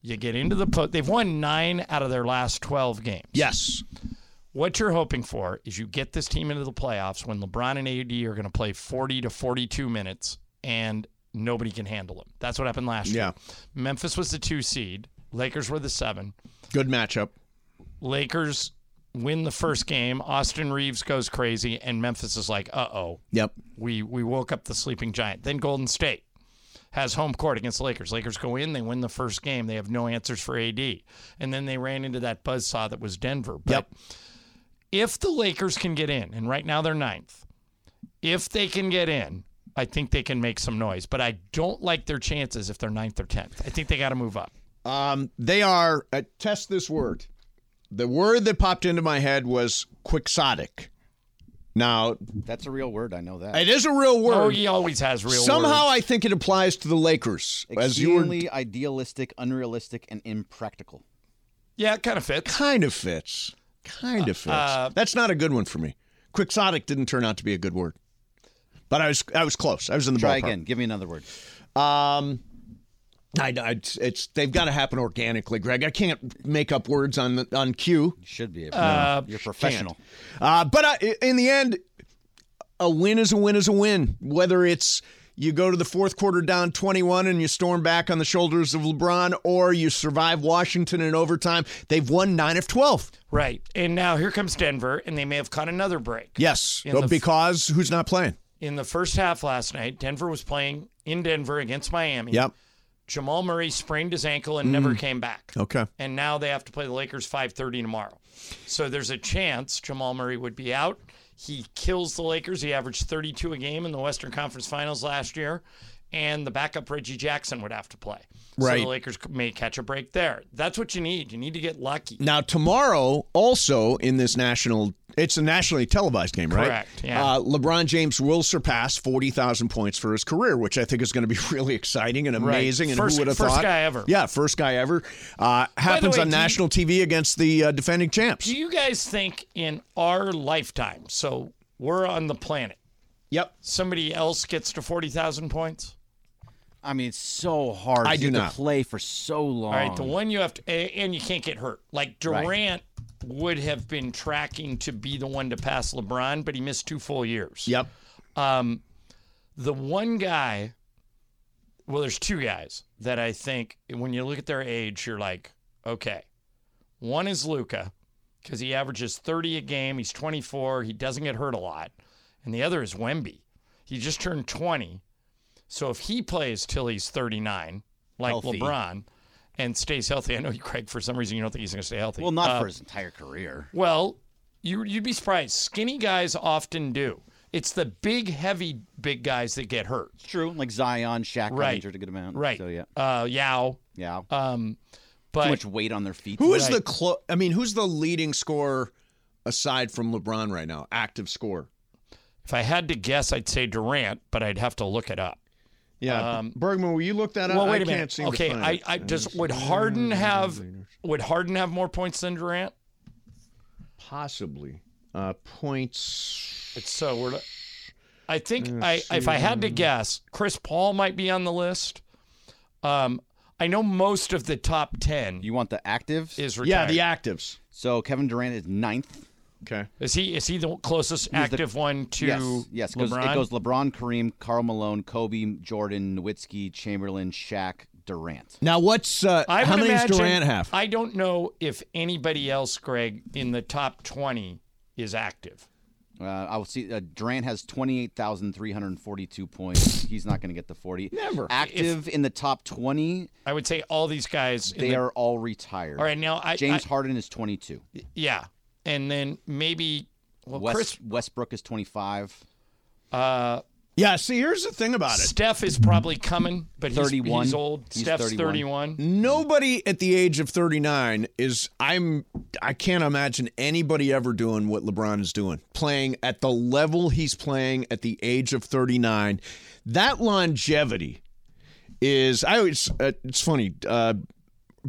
Speaker 2: you get into the po They've won nine out of their last 12 games.
Speaker 5: Yes.
Speaker 2: What you're hoping for is you get this team into the playoffs when LeBron and AD are going to play 40 to 42 minutes and nobody can handle them. That's what happened last year. Memphis was the two seed, Lakers were the seven.
Speaker 5: Good matchup.
Speaker 2: Lakers win the first game. Austin Reeves goes crazy, and Memphis is like, uh oh,
Speaker 5: Yep.
Speaker 2: we we woke up the sleeping giant. Then Golden State has home court against the Lakers. Lakers go in, they win the first game. They have no answers for AD. And then they ran into that buzzsaw that was Denver. But
Speaker 5: Yep.
Speaker 2: if the Lakers can get in, and right now they're ninth, if they can get in, I think they can make some noise. But I don't like their chances if they're ninth or tenth. I think they got to move up.
Speaker 5: Um, they are uh, test this word. The word that popped into my head was quixotic. Now,
Speaker 7: That's a real word. I know that.
Speaker 5: it is a real word.
Speaker 2: Oh, he always has real.
Speaker 5: Somehow
Speaker 2: words.
Speaker 5: I think it applies to the Lakers. As you were
Speaker 7: Exceedingly idealistic, unrealistic, and impractical.
Speaker 2: yeah, it kind of fits.
Speaker 5: kind of fits. Kind of fits.
Speaker 7: Uh,
Speaker 5: That's not a good one for me. Quixotic didn't turn out to be a good word. But I was I was close. I was in the
Speaker 7: Try
Speaker 5: ballpark.
Speaker 7: again. Give me another word.
Speaker 5: Um, I, I- it's, it's they've got to happen organically, Greg. I can't make up words on the, on cue.
Speaker 7: You should be. Able to. You're professional.
Speaker 5: Uh, but I, in the end, a win is a win is a win. Whether it's you go to the fourth quarter down 21 and you storm back on the shoulders of LeBron, or you survive Washington in overtime, they've won nine of 12.
Speaker 2: Right. And now here comes Denver, and they may have caught another break.
Speaker 5: Yes,
Speaker 2: In the f-
Speaker 5: because who's not playing?
Speaker 7: Mm-hmm.
Speaker 2: In the first half last night, Denver was playing in Denver against Miami.
Speaker 5: Yep. Mm.
Speaker 2: Jamal Murray sprained his ankle and never came back.
Speaker 5: Okay.
Speaker 2: And now they have to play the Lakers 5:30 tomorrow. So there's a chance Jamal Murray would be out. He kills the Lakers. He averaged 32 a game in the Western Conference Finals last year, and the backup Reggie Jackson would have to play. So
Speaker 5: Right.
Speaker 2: the Lakers may catch a break there. That's what you need. You need to get lucky.
Speaker 5: Now tomorrow, also in this national, it's a nationally televised game, right?
Speaker 2: Correct, yeah.
Speaker 5: Uh, LeBron James will surpass forty thousand points for his career, which I think is going to be really exciting and amazing. And
Speaker 2: First-
Speaker 5: who would have
Speaker 2: first
Speaker 5: thought?
Speaker 2: guy ever.
Speaker 5: Yeah, first guy ever. Uh, happens
Speaker 2: way,
Speaker 5: on
Speaker 2: do you-
Speaker 5: national TV against the uh, defending champs.
Speaker 2: Do you guys think in our lifetime, so we're on the planet,
Speaker 5: yep.
Speaker 2: somebody else gets to 40,000 points?
Speaker 7: I mean, it's so hard.
Speaker 5: I
Speaker 7: You
Speaker 5: do
Speaker 7: have to
Speaker 5: not.
Speaker 7: play for so long.
Speaker 2: All right, the one you have to, a- and you can't get hurt. Like Durant would have been tracking to be the one to pass LeBron, but he missed two full years.
Speaker 5: Yep.
Speaker 2: Um, the one guy, well, there's two guys that I think when you look at their age, you're like, okay. One is Luca because he averages 30 a game. He's 24. He doesn't get hurt a lot. And the other is Wemby. He just turned 20. So if he plays till he's 39, like
Speaker 7: Healthy.
Speaker 2: LeBron, and stays healthy, I know you, Craig, for some reason you don't think he's going to stay healthy.
Speaker 7: well, not
Speaker 2: Uh,
Speaker 7: for his entire career.
Speaker 2: well, you, you'd be surprised. Skinny guys often do. It's the big, heavy, big guys that get hurt.
Speaker 7: It's true. Like Zion, Shaq, got
Speaker 2: Right.
Speaker 7: injured a good amount.
Speaker 2: Right.
Speaker 7: So yeah,
Speaker 2: Uh, Yao.
Speaker 7: yeah.
Speaker 2: Um,
Speaker 7: Too
Speaker 2: but
Speaker 7: much weight on their feet.
Speaker 5: Who is the clo- I mean, who's the leading scorer aside from LeBron right now? Active scorer.
Speaker 2: if I had to guess, I'd say Durant, but I'd have to look it up.
Speaker 5: Yeah. Bergman, will you look that up?
Speaker 2: Well, wait
Speaker 5: I
Speaker 2: a
Speaker 5: Can't
Speaker 2: minute.
Speaker 5: seem
Speaker 2: okay,
Speaker 5: to find
Speaker 2: I,
Speaker 5: it.
Speaker 2: I just would Harden have would Harden have more points than Durant?
Speaker 5: possibly uh, points.
Speaker 2: It's so we're. I
Speaker 5: Uh,
Speaker 2: think I if I had to guess, Chris Paul might be on the list. Um, I know most of the top ten
Speaker 7: You want the actives?
Speaker 2: is
Speaker 5: Yeah,
Speaker 2: retired.
Speaker 5: the actives.
Speaker 7: so Kevin Durant is ninth.
Speaker 5: Okay.
Speaker 2: Is he is he the closest active one to
Speaker 7: yes, yes. 'cause
Speaker 2: LeBron?
Speaker 7: It goes LeBron, Kareem, Karl Malone, Kobe, Jordan, Nowitzki, Chamberlain, Shaq, Durant.
Speaker 5: Now, what's uh,
Speaker 2: I
Speaker 5: how
Speaker 2: would
Speaker 5: many does
Speaker 2: imagine-
Speaker 5: Durant have?
Speaker 2: I don't know if anybody else, Greg, in the top twenty is active.
Speaker 7: Uh, I will see. Uh, Durant has twenty eight thousand three hundred forty two points. He's not going to get the forty.
Speaker 5: Never.
Speaker 7: active in the top twenty.
Speaker 2: I would say all these guys. in
Speaker 7: They
Speaker 2: the-
Speaker 7: are all retired.
Speaker 2: all right now. I,
Speaker 7: James
Speaker 2: I-
Speaker 7: Harden is twenty two.
Speaker 2: yeah, and then maybe well,
Speaker 7: West,
Speaker 2: Chris
Speaker 7: Westbrook is twenty five.
Speaker 2: uh,
Speaker 5: yeah. See, here's the thing about it.
Speaker 2: Steph is probably coming, but he's,
Speaker 7: 31.
Speaker 2: he's old.
Speaker 7: He's
Speaker 2: Steph's
Speaker 7: 31.
Speaker 2: thirty-one.
Speaker 5: Nobody at the age of 39 is. I'm. I can't imagine anybody ever doing what LeBron is doing, playing at the level he's playing at the age of 39. That longevity is. I always. Uh, it's funny. Uh,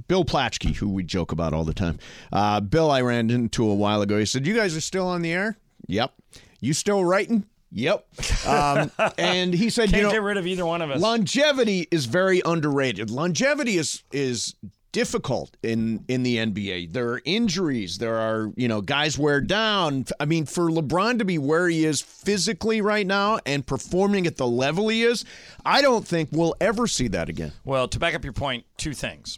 Speaker 5: Bill Platschke, who we joke about all the time. Uh, Bill, I ran into a while ago. He said, "You guys are still on the air? Yep. You still writing? Yep." Um, and he said, "You
Speaker 2: Can't
Speaker 5: know,
Speaker 2: get rid of either one of us.
Speaker 5: longevity is very underrated. Longevity is is difficult in in the NBA. There are injuries. There are you know guys wear down. I mean, for LeBron to be where he is physically right now and performing at the level he is, I don't think we'll ever see that again.
Speaker 2: Well, to back up your point, two things.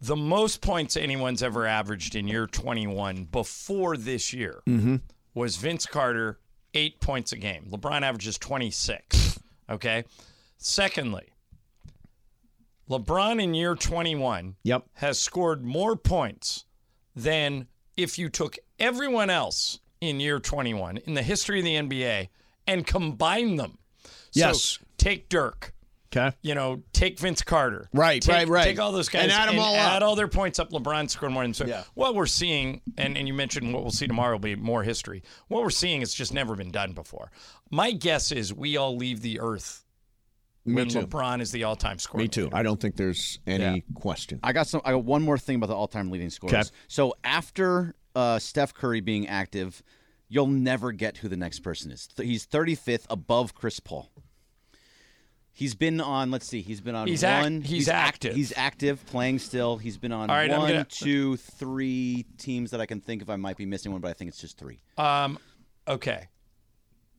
Speaker 2: The most points anyone's ever averaged in year 21 before this year was Vince Carter, eight points a game. LeBron averages 26. Okay. Secondly, LeBron in year 21
Speaker 5: Yep.
Speaker 2: has scored more points than if you took everyone else in year 21 in the history of the NBA and combined them.
Speaker 5: Yes.
Speaker 2: So take Dirk.
Speaker 5: Okay.
Speaker 2: you know, take Vince Carter.
Speaker 5: Right,
Speaker 2: Take-
Speaker 5: right, right.
Speaker 2: Take all those guys
Speaker 5: And add 'em all up.
Speaker 2: add all their points up. LeBron scored more than so.
Speaker 5: Yeah.
Speaker 2: What we're seeing, and, and you mentioned what we'll see tomorrow will be more history. What we're seeing has just never been done before. My guess is we all leave the earth
Speaker 5: Me
Speaker 2: when
Speaker 5: too.
Speaker 2: LeBron is the all time scorer.
Speaker 5: Me too. I don't think there's any question.
Speaker 7: I got some. I got one more thing about the all-time leading scorers.
Speaker 5: Okay.
Speaker 7: So after uh, Steph Curry being active, you'll never get who the next person is. Th- He's 35th above Chris Paul. He's been on. Let's see. He's been on
Speaker 2: He's act-
Speaker 7: one.
Speaker 2: he's
Speaker 7: act-
Speaker 2: active.
Speaker 7: He's active, playing still. He's been on
Speaker 2: All right, I'm
Speaker 7: one,
Speaker 2: gonna-
Speaker 7: two, three teams that I can think of. I might be missing one, but I think it's just three.
Speaker 2: Um, okay.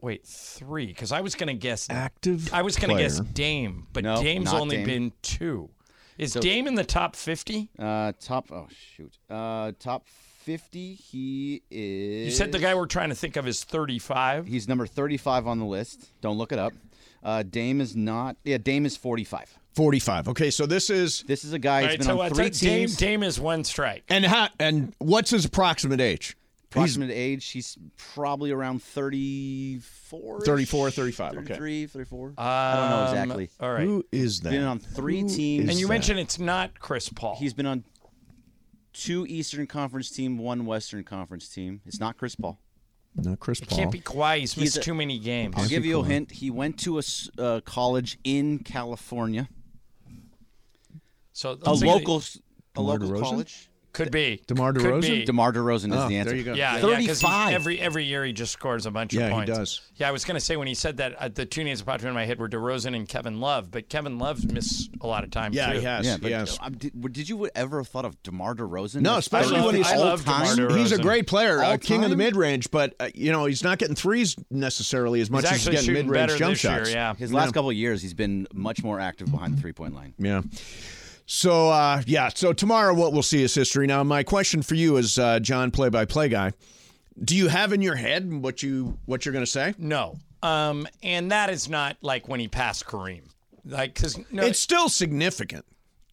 Speaker 2: Wait, three? Because I was going to guess
Speaker 5: Active
Speaker 2: I was going to guess
Speaker 5: player.
Speaker 2: Dame, but
Speaker 7: No,
Speaker 2: Dame's
Speaker 7: not
Speaker 2: only
Speaker 7: Dame.
Speaker 2: been two. Is Dame in the top fifty?
Speaker 7: Uh, top. Oh shoot. Uh, top 50. He is.
Speaker 2: You said the guy we're trying to think of is thirty-five.
Speaker 7: He's number 35 on the list. Don't look it up. Uh, Dame is not. Yeah, Dame is 45.
Speaker 5: 45. Okay, so this is
Speaker 7: This is a guy
Speaker 2: All
Speaker 7: who's
Speaker 2: right,
Speaker 7: been
Speaker 2: so
Speaker 7: on
Speaker 2: it's
Speaker 7: three
Speaker 2: like Dame,
Speaker 7: teams.
Speaker 2: Dame is one strike.
Speaker 5: and how and what's his approximate age?
Speaker 7: Approximate age, he's probably around 34.
Speaker 5: 34, 35, okay.
Speaker 7: 33, 34. I don't know
Speaker 2: Um,
Speaker 7: exactly.
Speaker 2: All right.
Speaker 5: Who is that?
Speaker 7: Been on three teams.
Speaker 5: uh,
Speaker 2: and you mentioned it's not Chris Paul.
Speaker 7: he's been on two Eastern Conference team, one Western Conference team. It's not Chris Paul.
Speaker 5: Not Chris
Speaker 2: it can't be Kawhi. He's missed
Speaker 7: a-
Speaker 2: too many games.
Speaker 7: I'll give you a hint. He went to a s- uh, college in California,
Speaker 2: So
Speaker 7: a
Speaker 2: let's see.
Speaker 7: local, s- a local
Speaker 5: DeRozan?
Speaker 7: college.
Speaker 2: could be
Speaker 5: DeMar
Speaker 2: Could be.
Speaker 5: DeRozan?
Speaker 7: DeMar DeRozan is
Speaker 5: Oh,
Speaker 7: the answer.
Speaker 5: There you go.
Speaker 2: Yeah, yeah, 'cause he's-
Speaker 7: 35.
Speaker 2: every every year he just scores a bunch
Speaker 5: Yeah,
Speaker 2: of
Speaker 5: he
Speaker 2: points.
Speaker 5: does.
Speaker 2: Yeah, I was gonna say when he said that uh, the two names that popped into my head were DeRozan and Kevin Love, but Kevin Love's missed a lot of time
Speaker 5: Yeah,
Speaker 2: too.
Speaker 5: he has.
Speaker 7: Yeah, but
Speaker 5: yes.
Speaker 7: um, did, w- did you ever have thought of DeMar DeRozan?
Speaker 5: No,
Speaker 7: as
Speaker 5: especially
Speaker 2: love-
Speaker 5: when he's
Speaker 2: I love DeMar
Speaker 7: all-time?
Speaker 2: DeRozan.
Speaker 5: He's a great player,
Speaker 7: All
Speaker 5: a king of
Speaker 7: time?
Speaker 5: the mid range, but uh, you know he's not getting threes necessarily as much
Speaker 2: He's
Speaker 5: as he's
Speaker 2: actually
Speaker 5: getting
Speaker 2: shooting
Speaker 5: mid
Speaker 2: better
Speaker 5: range jump
Speaker 2: this
Speaker 5: shots.
Speaker 2: year. Yeah,
Speaker 7: His last couple of years, he's been much more active behind the three-point line.
Speaker 5: Yeah. So uh, yeah, so tomorrow what we'll see is history. Now my question for you is, uh, John, play by play guy, do you have in your head what you what you're going to say?
Speaker 2: no. Um, and that is not like when he passed Kareem. Like, cause no,
Speaker 5: It's still significant.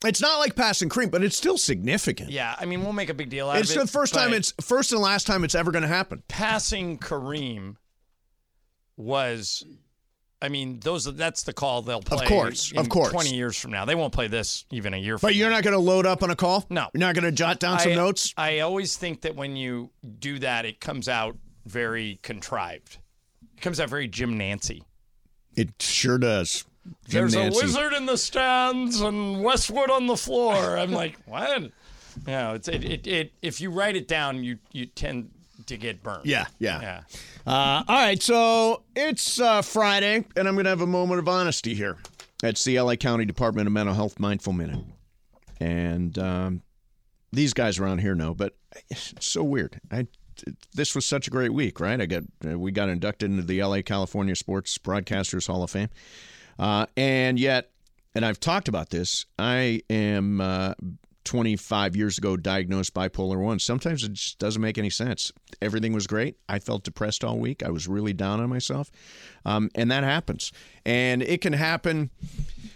Speaker 5: It's not like passing cream, but it's still significant.
Speaker 2: yeah. I mean, we'll make a big deal out
Speaker 5: It's
Speaker 2: of it.
Speaker 5: the first time.
Speaker 2: but-
Speaker 5: It's first and last time it's ever going to happen.
Speaker 2: passing Kareem was, I mean, those that's the call they'll play.
Speaker 5: course,
Speaker 2: in
Speaker 5: of course.
Speaker 2: Twenty years from now, they won't play this even a year. from
Speaker 5: But you're
Speaker 2: now.
Speaker 5: not going to load up on a call.
Speaker 2: No.
Speaker 5: you're not going to jot down some
Speaker 2: I,
Speaker 5: notes.
Speaker 2: I always think that when you do that, it comes out very contrived. It comes out very Jim Nancy.
Speaker 5: It sure does. Jim
Speaker 2: There's
Speaker 5: Nancy.
Speaker 2: a wizard in the stands and Westwood on the floor. I'm like, what? No, it's it, it, it. If you write it down, you you tend to get burned.
Speaker 5: Yeah, yeah.
Speaker 2: yeah.
Speaker 5: Uh, all right, so it's uh, Friday, and I'm going to have a moment of honesty here. It's the LA County Department of Mental Health Mindful Minute. And um, these guys around here know, but it's so weird. I, this was such a great week, right? I got uh, we got inducted into the LA California Sports Broadcasters Hall of Fame, uh, and yet, and I've talked about this. I am uh, 25 years ago diagnosed bipolar one. Sometimes it just doesn't make any sense. Everything was great. I felt depressed all week. I was really down on myself, um, and that happens. And it can happen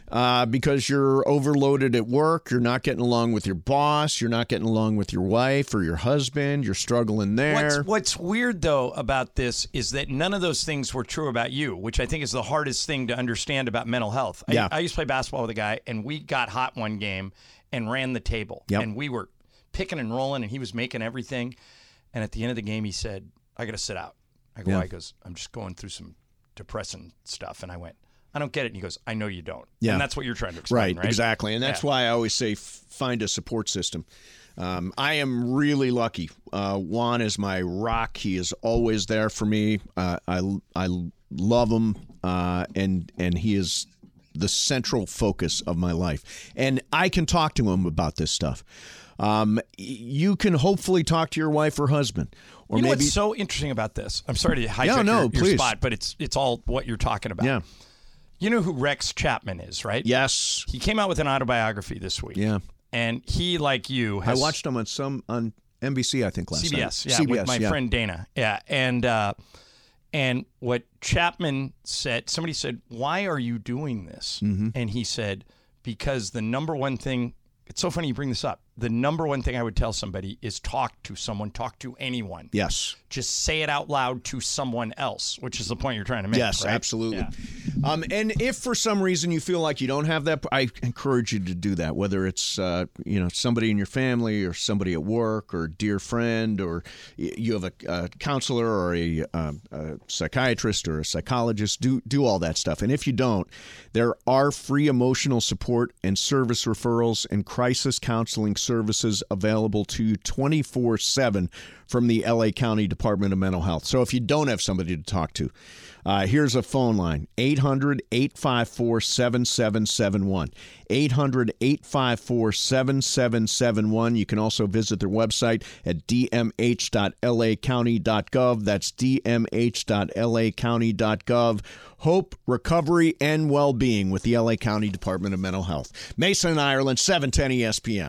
Speaker 5: uh, because you're overloaded at work. You're not getting along with your boss. You're not getting along with your wife or your husband. You're struggling there.
Speaker 2: What's, what's weird though about this is that none of those things were true about you, which I think is the hardest thing to understand about mental health. I,
Speaker 5: Yeah.
Speaker 2: I used to play basketball with a guy, and we got hot one game and ran the table,
Speaker 5: Yep.
Speaker 2: and we were picking and rolling, and he was making everything. And at the end of the game, he said, "I got to sit out." I go, "Why?" He goes, "I'm just going through some depressing stuff," and I went. I don't get it. And he goes, I know you don't.
Speaker 5: Yeah.
Speaker 2: And that's what you're trying to explain.
Speaker 5: Right,
Speaker 2: Right,
Speaker 5: exactly. And that's why I always say f- find a support system. Um, I am really lucky. Uh, Juan is my rock. He is always there for me. Uh, I, I love him, uh, and and he is the central focus of my life. And I can talk to him about this stuff. Um, y- you can hopefully talk to your wife or husband, or
Speaker 2: you know
Speaker 5: maybe
Speaker 2: what's so interesting about this? I'm sorry to hijack
Speaker 5: Yeah, no,
Speaker 2: your, your
Speaker 5: please.
Speaker 2: spot, but it's it's all what you're talking about.
Speaker 5: yeah,
Speaker 2: You know who Rex Chapman is, right?
Speaker 5: yes,
Speaker 2: He came out with an autobiography this week.
Speaker 5: yeah.
Speaker 2: And he, like you,
Speaker 5: I
Speaker 2: has
Speaker 5: watched him on some on NBC, I think last night.
Speaker 2: CBS, yeah, with my friend Dana. Yeah. And uh, and what Chapman said, somebody said, Why are you doing this?
Speaker 5: Mm-hmm.
Speaker 2: And he said, Because the number one thing it's so funny you bring this up. The number one thing I would tell somebody is talk to someone, talk to anyone.
Speaker 5: Yes.
Speaker 2: Just say it out loud to someone else, which is the point you're trying to make.
Speaker 5: Yes,
Speaker 2: right?
Speaker 5: absolutely. Um, and if for some reason you feel like you don't have that, I encourage you to do that. Whether it's uh, you know somebody in your family or somebody at work or a dear friend or y- you have a, a counselor or a, um, a psychiatrist or a psychologist, do do all that stuff. And if you don't, there are free emotional support and service referrals and crisis counseling services available to you twenty four seven from the LA County Department of Mental Health. So if you don't have somebody to talk to. Uh, here's a phone line 800 854 7771. 800 854 7771. You can also visit their website at dmh.lacounty.gov. That's dmh.lacounty.gov. Hope, recovery, and well being with the LA County Department of Mental Health. Mason, Ireland, E 710 ESPN.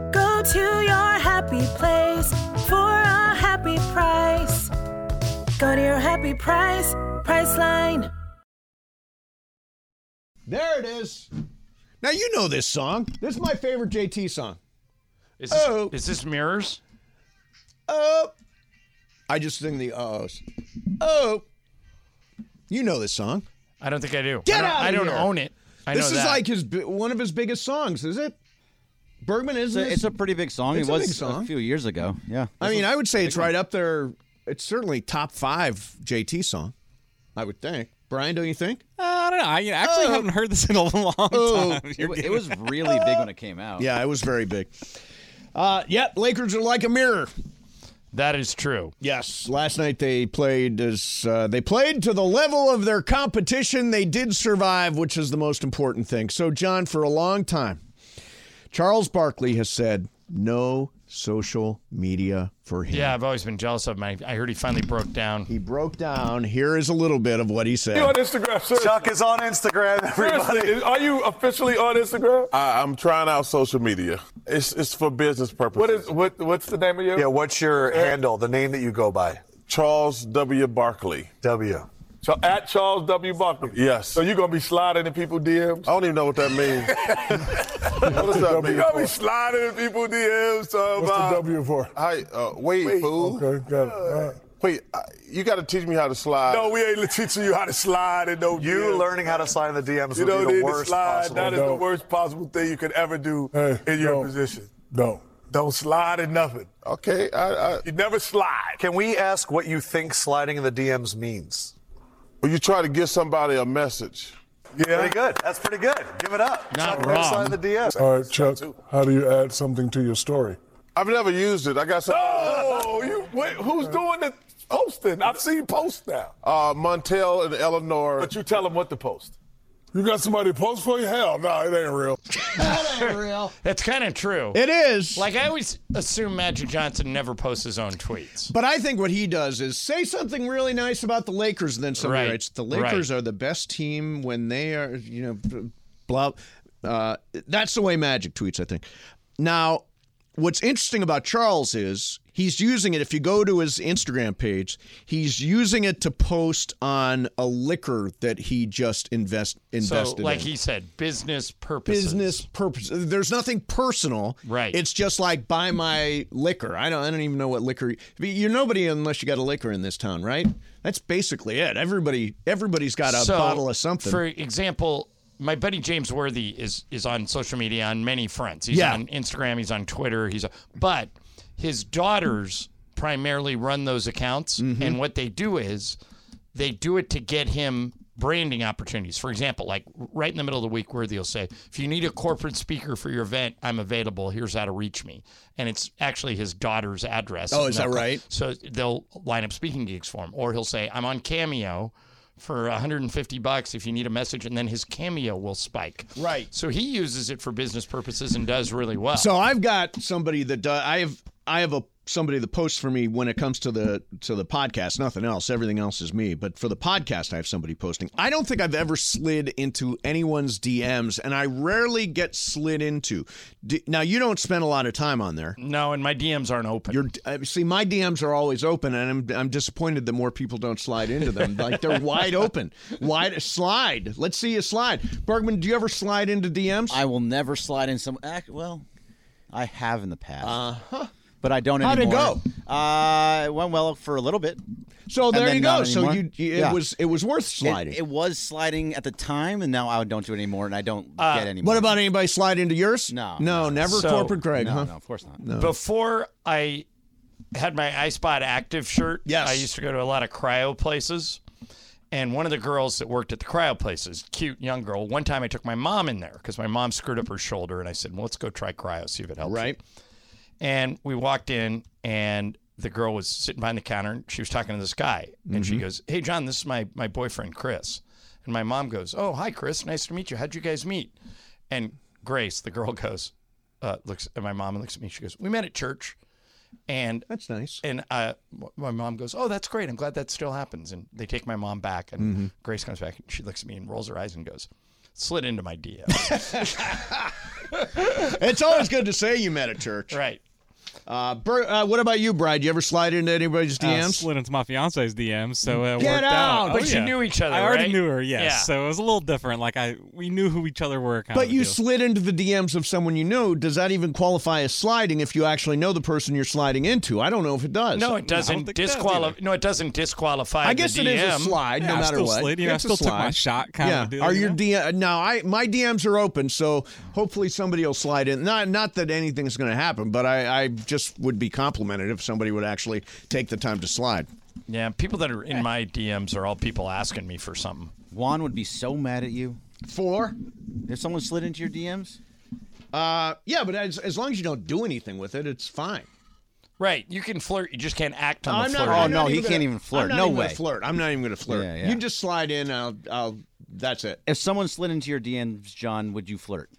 Speaker 8: Go to your happy place for a happy price. Go to your happy price, Priceline.
Speaker 5: There it is. Now you know this song. This is my favorite JT song.
Speaker 2: Is this,
Speaker 5: Oh.
Speaker 2: is this mirrors?
Speaker 5: Oh. I just sing the ohs. Oh. You know this song.
Speaker 2: I don't think I do.
Speaker 5: Get
Speaker 2: I don't,
Speaker 5: outta
Speaker 2: I don't
Speaker 5: here.
Speaker 2: own it. I
Speaker 5: this
Speaker 2: know
Speaker 5: is
Speaker 2: that.
Speaker 5: like his bi- one of his biggest songs, is it? Bergman
Speaker 7: It's
Speaker 5: is
Speaker 7: a, it's a pretty big song.
Speaker 5: It's
Speaker 7: it
Speaker 5: a
Speaker 7: was
Speaker 5: big song.
Speaker 7: a few years ago. Yeah.
Speaker 5: I mean, I would say it's right up there. It's certainly top five JT song, I would think. Brian, don't you think?
Speaker 9: I don't know. I actually haven't heard this in a long time.
Speaker 7: Oh. it, wa- it was really big when it came out.
Speaker 5: Yeah, it was very big. Uh, yep, Lakers are like a mirror.
Speaker 2: that is true.
Speaker 5: Yes, last night they played as uh, they played to the level of their competition. They did survive, which is the most important thing. So, John, for a long time, Charles Barkley has said no social media for him.
Speaker 2: Yeah, I've always been jealous of him. I, I heard he finally broke down.
Speaker 5: He broke down. Here is a little bit of what he said.
Speaker 8: Instagram, sir. Chuck is on Instagram, everybody. Are you officially on Instagram?
Speaker 9: I, I'm trying out social media. It's it's for business purposes.
Speaker 8: What is what? What's the name of Uh, your? Yeah, what's your handle? The name that you go by?
Speaker 9: Charles W. Barkley.
Speaker 8: W. So at Charles W. Barkley.
Speaker 9: Yes.
Speaker 8: So you're gonna be sliding in people DMs?
Speaker 9: I don't even know what that means. what does that mean?
Speaker 8: You gonna be sliding in people DMs? Uh, What's the W for?
Speaker 9: Hi, uh, wait, fool.
Speaker 8: Okay, got it. All right.
Speaker 9: Wait, uh, you got to teach me how to slide.
Speaker 8: No, we ain't teaching you how to slide in no You learning how to slide in the DMs you don't need to slide. That is the worst possible thing you could ever do in your position. No. Don't slide in nothing.
Speaker 9: Okay, I, I,
Speaker 8: You never slide. Can we ask what you think sliding in the DMs means?
Speaker 9: well, you try to give somebody a message.
Speaker 8: Yeah. Pretty good. That's pretty good. Give it up.
Speaker 2: Not wrong.
Speaker 8: the DMs. All right, Chuck. How do you add something to your story?
Speaker 9: I've never used it. I got some.
Speaker 8: Oh, you wait, who's doing the posting? I've seen posts now.
Speaker 9: Uh, Montel and Eleanor.
Speaker 8: But you tell them what to post. You got somebody to post for you? Hell no, it ain't real.
Speaker 2: That's kind of true.
Speaker 5: It is.
Speaker 2: Like I always assume Magic Johnson never posts his own tweets.
Speaker 5: But I think what he does is say something really nice about the Lakers, and then somebody
Speaker 2: Right.
Speaker 5: writes, "The Lakers are the best team when they are, you know, b- blah." Uh, that's the way Magic tweets, I think. Now, what's interesting about Charles is he's using it. If you go to his Instagram page, he's using it to post on a liquor that he just invest
Speaker 2: So,
Speaker 5: invested
Speaker 2: like
Speaker 5: in
Speaker 2: he said, business purposes.
Speaker 5: business purpose. There's nothing personal.
Speaker 2: Right.
Speaker 5: It's just like buy my liquor. I don't. I don't even know what liquor. You're nobody unless you got a liquor in this town, right? That's basically it. Everybody. Everybody's got a
Speaker 2: So,
Speaker 5: bottle of something.
Speaker 2: For example, my buddy James Worthy is is on social media on many fronts. He's
Speaker 5: Yeah.
Speaker 2: on Instagram, he's on Twitter, he's but his daughters
Speaker 5: Mm-hmm.
Speaker 2: primarily run those accounts and what they do is they do it to get him branding opportunities. For example, like right in the middle of the week, Worthy will say, if you need a corporate speaker for your event, I'm available. Here's how to reach me. And it's actually his daughter's address.
Speaker 5: Oh, is
Speaker 2: And
Speaker 5: that
Speaker 2: they'll-
Speaker 5: right?
Speaker 2: So they'll line up speaking gigs for him. Or he'll say, I'm on Cameo for 150 bucks if you need a message. And then his Cameo will spike. Right. So he uses it for business purposes and does really well.
Speaker 5: So I've got somebody that does, I have I have a somebody that posts for me when it comes to the to the podcast. Nothing else. Everything else is me. But for the podcast, I have somebody posting. I don't think I've ever slid into anyone's DMs, and I rarely get slid into. D- now you don't spend a lot of time on there.
Speaker 2: No, and my DMs aren't open.
Speaker 5: You're, uh, see, my DMs are always open, and I'm I'm disappointed that more people don't slide into them. like they're wide open. Wide slide. Let's see you slide. Bergman, do you ever slide into DMs?
Speaker 7: I will never slide in some. ac- Well, I have in the past. Uh huh. But I don't
Speaker 5: Uh-huh. How'd it
Speaker 7: anymore. go? Uh, it went well for a little bit.
Speaker 5: So
Speaker 7: And
Speaker 5: there
Speaker 7: then
Speaker 5: you go.
Speaker 7: not
Speaker 5: So
Speaker 7: anymore.
Speaker 5: you, you- it
Speaker 7: Yeah.
Speaker 5: was it was worth
Speaker 7: It-
Speaker 5: sliding.
Speaker 7: It, was sliding at the time, and now I don't do it anymore, and I don't get anymore.
Speaker 5: Uh, What about anybody slide into yours?
Speaker 7: No,
Speaker 5: No, never
Speaker 2: So-
Speaker 5: corporate Greg,
Speaker 7: no,
Speaker 5: huh?
Speaker 7: no, of course not.
Speaker 5: No.
Speaker 2: Before I had my iSpot Active shirt, I used to go to a lot of cryo places. And one of the girls that worked at the cryo places, cute young girl, one time I took my mom in there because my mom screwed up her shoulder. And I said, well, let's go try cryo, see if it helps. Right. And we walked in, and the girl was sitting behind the counter and she was talking to this guy. And she
Speaker 10: Mhm.
Speaker 2: goes, Hey, John, this is my, my boyfriend, Chris. And my mom goes, Oh, hi, Chris. Nice to meet you. How'd you guys meet? And Grace, the girl, goes, uh, looks at my mom and looks at me. She goes, We met at church. And
Speaker 5: that's nice.
Speaker 2: And uh, my mom goes, Oh, that's great. I'm glad that still happens. And they take my mom back, and
Speaker 5: Mm-hmm.
Speaker 10: Mhm.
Speaker 2: Grace comes back and she looks at me and rolls her eyes and goes, Slid into my DM.
Speaker 5: it's always good to say you met at church,
Speaker 2: right?
Speaker 5: Uh, Bert, uh, what about you, Bride? You ever slide into anybody's
Speaker 11: Uh,
Speaker 5: DMs?
Speaker 11: slid into my fiance's DMs, so it
Speaker 5: Get
Speaker 11: worked
Speaker 5: out!
Speaker 11: out. Oh,
Speaker 5: But you knew
Speaker 2: each other,
Speaker 11: I already
Speaker 2: right?
Speaker 11: knew her, yes.
Speaker 2: Yeah.
Speaker 11: So it was a little different. Like I, we knew who each other were. Kind
Speaker 5: but
Speaker 11: of
Speaker 5: you
Speaker 11: a deal.
Speaker 5: slid into the DMs of someone you knew. Does that even qualify as sliding if you actually know the person you're sliding into? I don't know if it does.
Speaker 2: No, it doesn't disqualify. no, it doesn't disqualify.
Speaker 5: I guess
Speaker 2: the
Speaker 5: it is a
Speaker 2: DM.
Speaker 5: slide, no matter what. It's a slide. yeah. Are your DM now? I my DMs are open, so hopefully somebody will slide in. Not not that anything's going to happen, but I, I just would be complimented if somebody would actually take the time to slide.
Speaker 2: Yeah, people that are in my DMs are all people asking me for something.
Speaker 7: Juan would be so mad at you.
Speaker 5: For?
Speaker 7: If someone slid into your DMs?
Speaker 5: Uh, yeah, but as as long as you don't do anything with it, it's fine.
Speaker 2: Right, you can flirt. You just can't act on
Speaker 5: Oh, I'm
Speaker 2: the
Speaker 5: not-
Speaker 2: flirt.
Speaker 5: I'm not gonna- I'm not even gonna flirt. I'm not even going to flirt.
Speaker 7: Yeah, yeah.
Speaker 5: You just slide in. I'll, I'll. That's it.
Speaker 7: If someone slid into your DMs, John, would you flirt?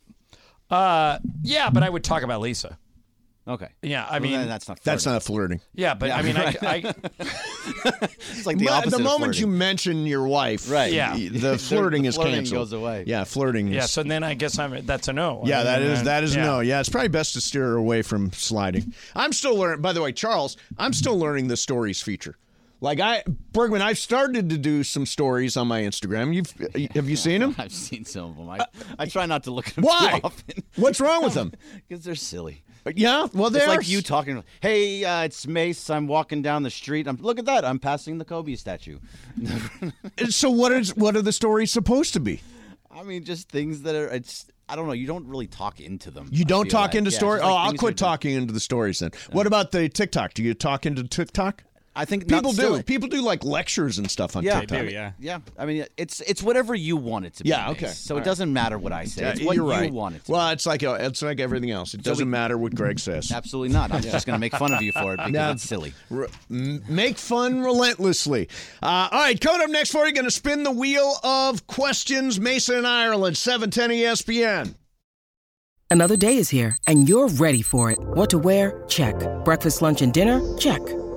Speaker 2: Uh, yeah, but I would talk about Lisa.
Speaker 7: Okay.
Speaker 2: Yeah,
Speaker 7: Well,
Speaker 2: I mean
Speaker 7: then that's not.
Speaker 5: That's not flirting.
Speaker 2: Yeah, but I mean, I, I,
Speaker 7: it's like the
Speaker 5: Mo-
Speaker 7: opposite
Speaker 5: The
Speaker 7: of
Speaker 5: moment
Speaker 7: flirting.
Speaker 5: you mention your wife,
Speaker 7: Right.
Speaker 2: Yeah.
Speaker 5: y-
Speaker 2: The
Speaker 5: The flirting is
Speaker 7: flirting
Speaker 5: canceled.
Speaker 7: goes away.
Speaker 5: Yeah, flirting.
Speaker 2: yeah.
Speaker 5: is,
Speaker 2: So then I guess I'm. That's a no.
Speaker 5: Yeah,
Speaker 2: I
Speaker 5: that
Speaker 2: mean,
Speaker 5: is
Speaker 2: uh,
Speaker 5: that is
Speaker 2: yeah.
Speaker 5: no. Yeah, it's probably best to steer away from sliding. I'm still learning. By the way, Charles, I'm still learning the stories feature. Like I, Bergman, I've started to do some stories on my Instagram. You've have you seen them?
Speaker 7: I've seen some of them. I, I try not to look at them
Speaker 5: Why?
Speaker 7: too often
Speaker 5: What's wrong with them?
Speaker 7: because they're silly.
Speaker 5: Yeah, well,
Speaker 7: it's
Speaker 5: they're
Speaker 7: like you talking. Hey, uh, it's Mace. I'm walking down the street. I'm look at that. I'm passing the Kobe statue.
Speaker 5: So what is what are the stories supposed to be?
Speaker 7: I mean, just things that are. It's I don't know. You don't really talk into them.
Speaker 5: You
Speaker 7: I
Speaker 5: don't
Speaker 7: feel
Speaker 5: talk
Speaker 7: like.
Speaker 5: into
Speaker 7: Yeah,
Speaker 5: story.
Speaker 7: just like
Speaker 5: oh, I'll
Speaker 7: things
Speaker 5: quit
Speaker 7: that-
Speaker 5: talking into the stories then. What about the TikTok? Do you talk into TikTok?
Speaker 7: I think not
Speaker 5: people do.
Speaker 7: silly.
Speaker 5: People do like lectures and stuff on
Speaker 7: Yeah,
Speaker 5: TikTok.
Speaker 7: yeah. I mean, it's it's whatever you want it to be.
Speaker 5: Yeah,
Speaker 7: Mace.
Speaker 5: okay.
Speaker 7: So
Speaker 5: All
Speaker 7: it
Speaker 5: right.
Speaker 7: doesn't matter what I say.
Speaker 5: Yeah,
Speaker 7: It's what
Speaker 5: you're
Speaker 7: you
Speaker 5: right.
Speaker 7: want it.
Speaker 5: Well, it's like a, it's like everything else. It doesn't matter what Greg
Speaker 7: Mm-hmm.
Speaker 5: says.
Speaker 7: Absolutely not. I'm just going to make fun of you for it because
Speaker 5: Yeah.
Speaker 7: it's silly.
Speaker 5: R- m- make fun relentlessly. Uh, all right, coming up next for you, going to spin the wheel of questions. Mason in Ireland, E 710 ESPN.
Speaker 12: Another day is here, and you're ready for it. What to wear? Check. Breakfast, lunch, and dinner? Check.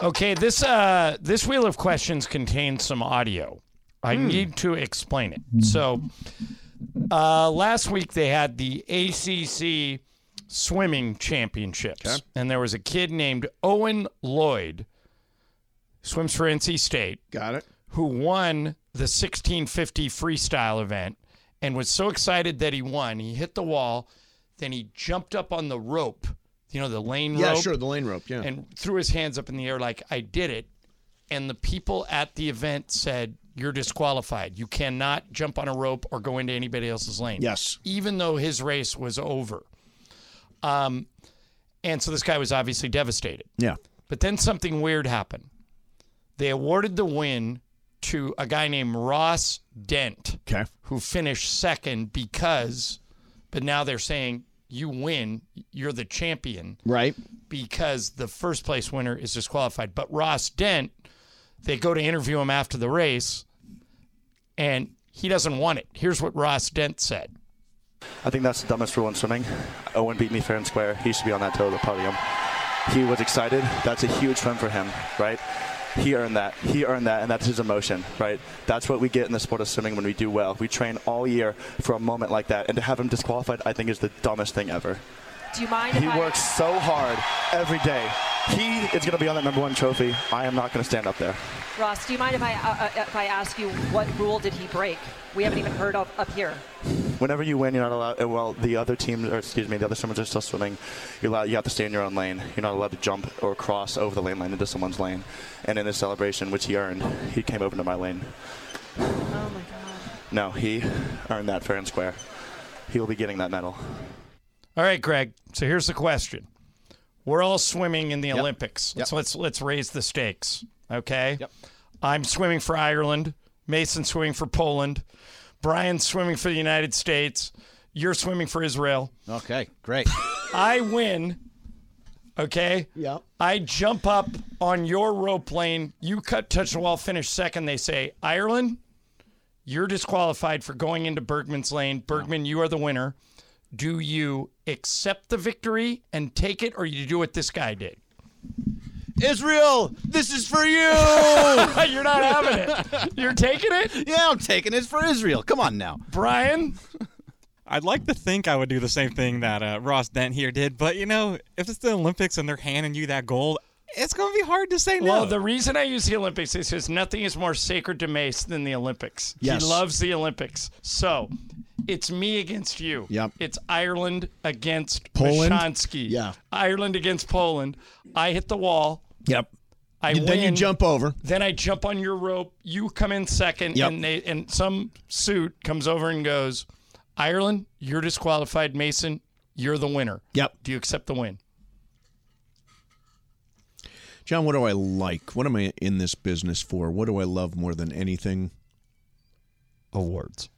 Speaker 2: Okay, this uh, this wheel of questions contains some audio. I
Speaker 13: Hmm.
Speaker 2: need to explain
Speaker 5: Hmm.
Speaker 2: it. So, uh, last week they had the ACC swimming championships, and there was a kid named Owen Lloyd, swims for NC State.
Speaker 5: Got it.
Speaker 2: Who won the 1650 freestyle event and was so excited that he won, he hit the wall, then he jumped up on the rope. You know the lane
Speaker 5: Yeah,
Speaker 2: rope.
Speaker 5: sure, the lane rope, yeah.
Speaker 2: And threw his hands up in the air like I did it. And the people at the event said, "You're disqualified. You cannot jump on a rope or go into anybody else's lane."
Speaker 5: Yes.
Speaker 2: Even though his race was over. Um, and so this guy was obviously devastated.
Speaker 5: Yeah.
Speaker 2: But then something weird happened. They awarded the win to a guy named Ross Dent, who finished second because, but now they're saying you win, you're the champion,
Speaker 5: Right.
Speaker 2: because the first place winner is disqualified. But Ross Dent, they go to interview him after the race, and he doesn't want it. Here's what Ross Dent said.
Speaker 14: I think that's the dumbest rule in swimming. Owen beat me fair and square. He should be on that total podium. He was excited. That's a huge win for him, right? He earned that. He earned that, and that's his emotion, right? That's what we get in the sport of swimming when we do well. We train all year for a moment like that, and to have him disqualified, I think, is the dumbest thing ever.
Speaker 15: Do you mind?
Speaker 14: He works so hard every day. He is going to be on that number one trophy. I am not going to stand up there.
Speaker 15: Ross, do you mind if I uh, uh, if I ask you what rule did he break? We haven't even heard of up here.
Speaker 14: Whenever you win, you're not allowed. uh, Well, the other team, or excuse me, the other swimmers are still swimming. You're allowed. You have to stay in your own lane. You're not allowed to jump or cross over the lane line into someone's lane. And in his celebration, which he earned, he came over to my lane.
Speaker 15: Oh my God.
Speaker 14: No, he earned that fair and square. He will be getting that medal.
Speaker 2: All right, Greg. So here's the question: We're all swimming in the Olympics. Let's, let's let's raise the stakes. Okay. Yep. I'm swimming for Ireland. Mason swimming for Poland. Brian's swimming for the United States. You're swimming for Israel.
Speaker 7: Okay, great.
Speaker 2: I win. Okay.
Speaker 5: Yeah.
Speaker 2: I jump up on your rope lane. You cut, touch the wall, finish second. They say, Ireland, you're disqualified for going into Bergman's lane. Bergman, you are the winner. Do you accept the victory and take it, or you do what this guy did?
Speaker 7: Israel, this is for you.
Speaker 2: You're not having it. You're taking it?
Speaker 7: Yeah, I'm taking it for Israel. Come on now.
Speaker 2: Brian?
Speaker 11: I'd like to think I would do the same thing that uh, Ross Dent here did, but you know, if it's the Olympics and they're handing you that gold, it's going to be hard to say no.
Speaker 2: Well, the reason I use the Olympics is because nothing is more sacred to Mace than the Olympics.
Speaker 5: Yes.
Speaker 2: He loves the Olympics. So it's me against you.
Speaker 5: Yep.
Speaker 2: It's Ireland against
Speaker 5: Poland?
Speaker 2: Michalski.
Speaker 5: Yeah.
Speaker 2: Ireland against Poland. I hit the wall.
Speaker 5: Yep.
Speaker 2: I
Speaker 5: You- then you
Speaker 2: win.
Speaker 5: jump over.
Speaker 2: Then I jump on your rope. You come in second,
Speaker 5: Yep.
Speaker 2: and they and some suit comes over and goes, Ireland, you're disqualified. Mason, you're the winner.
Speaker 5: Yep.
Speaker 2: Do you accept the win?
Speaker 5: John, what do I like? What am I in this business for? What do I love more than anything?
Speaker 2: Awards.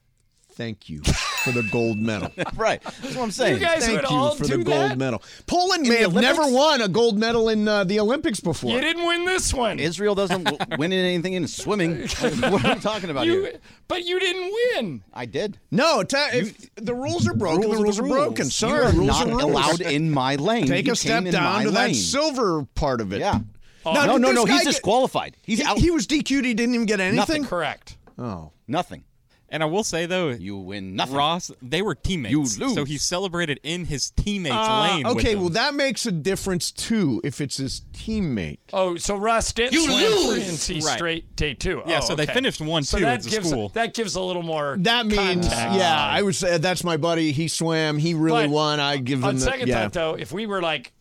Speaker 5: Thank you for the gold medal.
Speaker 7: right. That's what I'm saying.
Speaker 5: Thank you for the gold medal. Poland
Speaker 7: In
Speaker 5: may
Speaker 7: the
Speaker 5: have
Speaker 7: Olympics?
Speaker 5: never won a gold medal in uh, the Olympics before.
Speaker 2: didn't win this one.
Speaker 7: Israel doesn't w- win in anything in swimming. what are we talking about
Speaker 2: You-
Speaker 7: here?
Speaker 2: But you didn't win.
Speaker 7: I did.
Speaker 5: No, ta- if the rules are broken.
Speaker 7: rules
Speaker 5: the
Speaker 7: are
Speaker 5: rules
Speaker 7: the
Speaker 5: are,
Speaker 7: rules.
Speaker 5: broken.
Speaker 7: You
Speaker 5: Sorry,
Speaker 7: are
Speaker 5: rules
Speaker 7: not
Speaker 5: are rules.
Speaker 7: allowed in my lane.
Speaker 5: Take
Speaker 7: You
Speaker 5: a step
Speaker 7: came in
Speaker 5: down
Speaker 7: my
Speaker 5: to
Speaker 7: lane.
Speaker 5: that silver part of it.
Speaker 7: Yeah.
Speaker 5: Now,
Speaker 7: no,
Speaker 5: did
Speaker 7: no,
Speaker 5: this
Speaker 7: no.
Speaker 5: guy
Speaker 7: He's
Speaker 5: get-
Speaker 7: disqualified. He's
Speaker 5: he,
Speaker 7: out.
Speaker 5: he was DQ'd. He didn't even get anything.
Speaker 7: Nothing.
Speaker 2: Correct.
Speaker 5: Oh,
Speaker 7: nothing.
Speaker 11: And I will say though,
Speaker 7: you win nothing.
Speaker 11: Ross, they were teammates.
Speaker 7: You lose.
Speaker 11: So he celebrated in his teammates'
Speaker 5: Ah,
Speaker 11: lane. with
Speaker 5: okay,
Speaker 11: them.
Speaker 5: well that makes a difference too if it's his teammate.
Speaker 2: Oh, so Ross did
Speaker 5: You
Speaker 2: swim for
Speaker 5: lose!
Speaker 2: NC
Speaker 5: Right.
Speaker 2: straight day two.
Speaker 11: Yeah,
Speaker 2: Oh,
Speaker 11: so they
Speaker 2: okay.
Speaker 11: finished one,
Speaker 2: So
Speaker 11: two
Speaker 2: that
Speaker 11: as a
Speaker 2: gives
Speaker 11: school.
Speaker 2: that gives a little more.
Speaker 5: That means
Speaker 2: context.
Speaker 5: yeah, I would say that's my buddy. He swam. He really
Speaker 2: But
Speaker 5: won. I give him
Speaker 2: On
Speaker 5: the
Speaker 2: second
Speaker 5: yeah.
Speaker 2: thought, though, if we were like,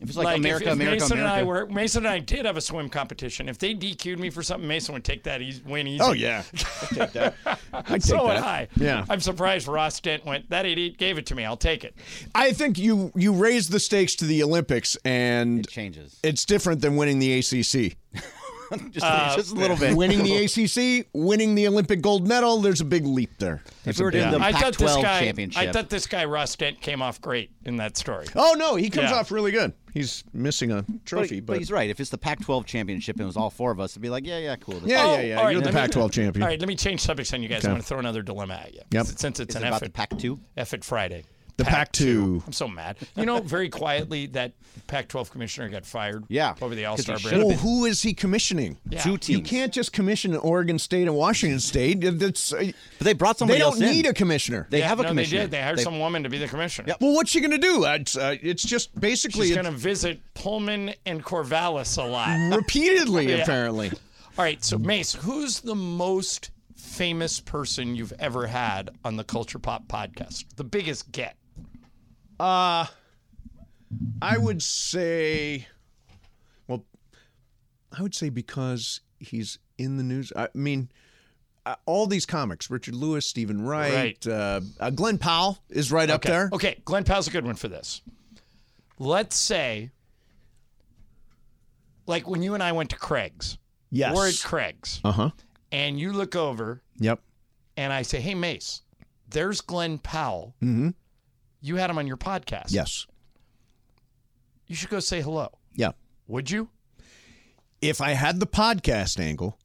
Speaker 7: If it's like, America,
Speaker 2: if, if
Speaker 7: America,
Speaker 2: Mason
Speaker 7: America.
Speaker 2: and I were Mason and I did have a swim competition. If they DQ'd me for something, Mason would take that easy, win easy.
Speaker 5: Oh, yeah.
Speaker 2: take that.
Speaker 5: take
Speaker 2: so would
Speaker 5: that.
Speaker 2: I.
Speaker 5: Yeah.
Speaker 2: I'm surprised Ross Dent went. That idiot gave it to me. I'll take it.
Speaker 5: I think you you raise the stakes to the Olympics, and it
Speaker 7: changes.
Speaker 5: It's different than winning the ACC.
Speaker 7: Just-
Speaker 11: Uh,
Speaker 7: just a little bit.
Speaker 5: Winning the ACC, winning the Olympic gold medal. There's a big leap there. There's a big leap.
Speaker 2: I thought this guy, I thought this guy Ross Dent came off great in that story.
Speaker 5: oh no, he comes
Speaker 2: Yeah.
Speaker 5: off really good. He's missing a trophy,
Speaker 7: but, he's right. If it's the Pac-12 championship and it was all four of us, it'd be like, yeah, yeah, cool.
Speaker 5: Yeah, yeah, yeah.
Speaker 2: Oh, all
Speaker 5: You're the
Speaker 2: let me-
Speaker 5: Pac-12 champion.
Speaker 2: All right, let me change subjects on you guys.
Speaker 5: Okay.
Speaker 2: I'm going to throw another dilemma at you.
Speaker 5: Yep.
Speaker 2: Since it's
Speaker 7: Is
Speaker 2: an
Speaker 7: it about
Speaker 2: F
Speaker 7: the Pac-2?
Speaker 2: F it Friday.
Speaker 5: the Pac two.
Speaker 2: I'm so mad. You know, very quietly, that Pac-12 commissioner got fired.
Speaker 5: Yeah,
Speaker 2: over the All-Star break.
Speaker 5: Well, who is he commissioning?
Speaker 2: Yeah. Two
Speaker 5: You can't just commission Oregon State and Washington State. That's, but
Speaker 7: they brought
Speaker 2: somebody
Speaker 5: They don't
Speaker 2: else in.
Speaker 5: need a commissioner.
Speaker 2: Yeah, no, They did. They hired some woman to be the commissioner.
Speaker 5: Well, what's she going to do? It's, uh, it's just basically
Speaker 2: She's
Speaker 5: it's
Speaker 2: going to visit Pullman and Corvallis a
Speaker 5: Mm.
Speaker 2: lot.
Speaker 5: repeatedly,
Speaker 2: Yeah.
Speaker 5: apparently.
Speaker 2: All right, so Mace, who's the most famous person you've ever had on the Culture Pop podcast? The biggest get.
Speaker 5: Uh I would say well I would say because he's in the news. I mean uh, all these comics, Richard Lewis, Stephen Wright, Uh, uh, Glenn Powell is right up
Speaker 2: Okay.
Speaker 5: there.
Speaker 2: Okay, Glenn Powell's a good one for this. Let's say, like when you and I went to Craig's.
Speaker 5: Yes.
Speaker 2: We're at Craig's,
Speaker 5: Uh-huh.
Speaker 2: and you look over,
Speaker 5: Yep.
Speaker 2: and I say, "Hey, Mace, there's Glenn Powell.
Speaker 5: Mhm.
Speaker 2: You had him on your podcast.
Speaker 5: Yes.
Speaker 2: You should go say hello."
Speaker 5: Yeah.
Speaker 2: Would you?
Speaker 5: If I had the podcast angle,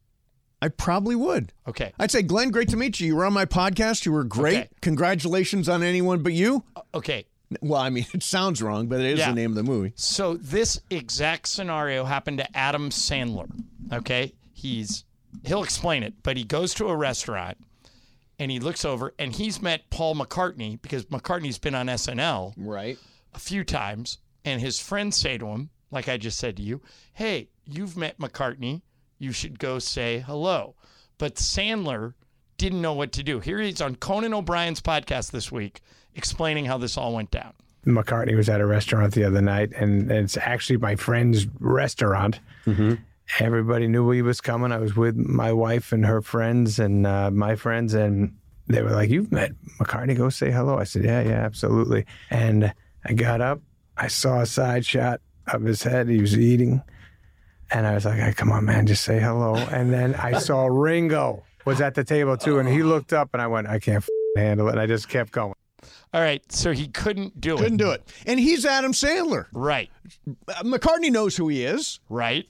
Speaker 5: I probably would.
Speaker 2: Okay.
Speaker 5: I'd say, Glenn, great to meet you. You were on my podcast. You were great.
Speaker 2: Okay.
Speaker 5: Congratulations on anyone but you.
Speaker 2: Okay.
Speaker 5: Well, I mean, it sounds wrong, but it is
Speaker 2: Yeah.
Speaker 5: the name of the movie.
Speaker 2: So this exact scenario happened to Adam Sandler. Okay, he's he'll explain it, but he goes to a restaurant and he looks over and he's met Paul McCartney because McCartney's been on SNL
Speaker 5: right
Speaker 2: a few times, and his friends say to him, like I just said to you, "Hey, you've met McCartney. You should go say hello." But Sandler didn't know what to do. Here he is on Conan O'Brien's podcast this week, explaining how this all went down.
Speaker 13: McCartney was at a restaurant the other night, and it's actually my friend's restaurant. Everybody knew he was coming. I was with my wife and her friends and uh, my friends, and they were like, "You've met McCartney? Go say hello." I said, "Yeah, yeah, absolutely." And I got up. I saw a side shot of his head. He was eating, and I was like, "Hey, "Come on, man, just say hello." And then I saw Ringo was at the table too, and he looked up, and I went, "I can't f- handle it," and I just kept going.
Speaker 2: All right, so he couldn't do it.
Speaker 5: Couldn't do it. And he's Adam Sandler.
Speaker 2: Right.
Speaker 5: McCartney knows who he is.
Speaker 2: Right.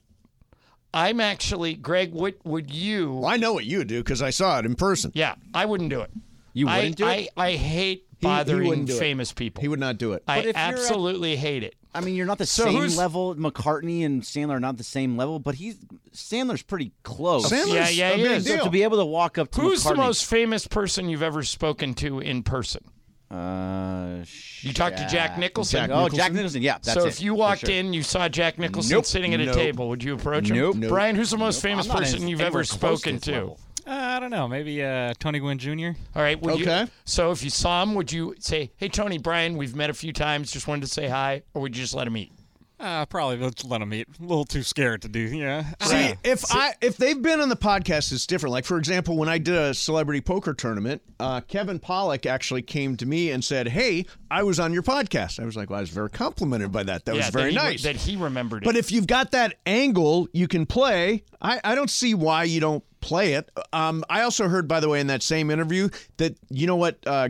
Speaker 2: I'm actually, Greg, what would you?
Speaker 5: I know what you would do because I saw it in person.
Speaker 2: Yeah, I wouldn't do it.
Speaker 5: You
Speaker 2: I-
Speaker 5: wouldn't do
Speaker 2: I,
Speaker 5: it?
Speaker 2: I, hate
Speaker 5: He- he
Speaker 2: bothering
Speaker 5: wouldn't do it.
Speaker 2: famous people.
Speaker 5: He would not do it.
Speaker 7: But if
Speaker 2: I
Speaker 7: you're a-
Speaker 2: absolutely hate it.
Speaker 7: I mean, you're not the
Speaker 2: So
Speaker 7: same
Speaker 2: who's-
Speaker 7: level. McCartney and Sandler are not the same level, but he's Sandler's pretty close.
Speaker 2: Sandler's Yeah, yeah, a he big is.
Speaker 7: So
Speaker 2: deal.
Speaker 7: to be able to walk up to
Speaker 2: Who's the
Speaker 7: McCartney-
Speaker 2: most famous person you've ever spoken to in person?
Speaker 7: Uh,
Speaker 2: You talked to Jack Nicholson.
Speaker 7: oh, Jack Nicholson. Yeah, that's
Speaker 2: so
Speaker 7: it,
Speaker 2: if you
Speaker 7: for
Speaker 2: walked
Speaker 7: sure.
Speaker 2: in, you saw Jack Nicholson
Speaker 7: Nope.
Speaker 2: sitting at a
Speaker 7: Nope.
Speaker 2: table, would you approach him?
Speaker 7: Nope. Nope.
Speaker 2: Brian, who's the most
Speaker 7: Nope.
Speaker 2: famous
Speaker 7: I'm not
Speaker 2: person
Speaker 7: as-
Speaker 2: you've
Speaker 7: anywhere
Speaker 2: ever
Speaker 7: close to
Speaker 2: spoken
Speaker 7: his
Speaker 2: to?
Speaker 7: level.
Speaker 11: Uh, I don't know. Maybe uh, Tony Gwynn Jr.
Speaker 2: All right. Would You,
Speaker 11: Okay.
Speaker 2: so if you saw him, would you say, "Hey, Tony, Brian, we've met a few times. Just wanted to say hi," or would you just let him eat?
Speaker 11: Uh, probably let's let him eat. A little too scared to do. Yeah.
Speaker 5: See, if I if they've been on the podcast, it's different. Like for example, when I did a celebrity poker tournament, uh, Kevin Pollock actually came to me and said, "Hey, I was on your podcast." I was like, "Well, I was very complimented by that. That
Speaker 2: Yeah,
Speaker 5: was very
Speaker 2: he-
Speaker 5: nice."
Speaker 2: that he remembered.
Speaker 5: but
Speaker 2: it.
Speaker 5: if you've got that angle, you can play. I, I don't see why you don't play it. Um, I also heard, by the way, in that same interview that you know what uh,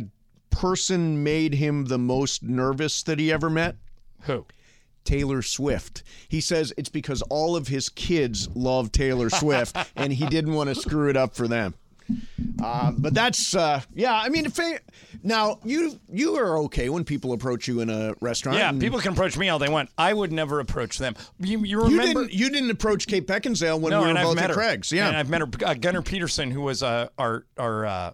Speaker 5: person made him the most nervous that he ever met.
Speaker 2: Who?
Speaker 5: Taylor Swift. He says it's because all of his kids love Taylor Swift and he didn't want to screw it up for them. Uh, but that's uh, yeah. I mean, if they- now you you are okay when people approach you in a restaurant.
Speaker 2: yeah,
Speaker 5: and-
Speaker 2: people can approach me all they want. I would never approach them. You, you
Speaker 5: You
Speaker 2: remember?
Speaker 5: didn't you didn't approach Kate Beckinsale when
Speaker 2: no,
Speaker 5: we were
Speaker 2: and I've
Speaker 5: both
Speaker 2: met
Speaker 5: at
Speaker 2: her.
Speaker 5: Craig's. Yeah,
Speaker 2: and I've met her. Uh, Gunnar Peterson, who was uh, our our uh,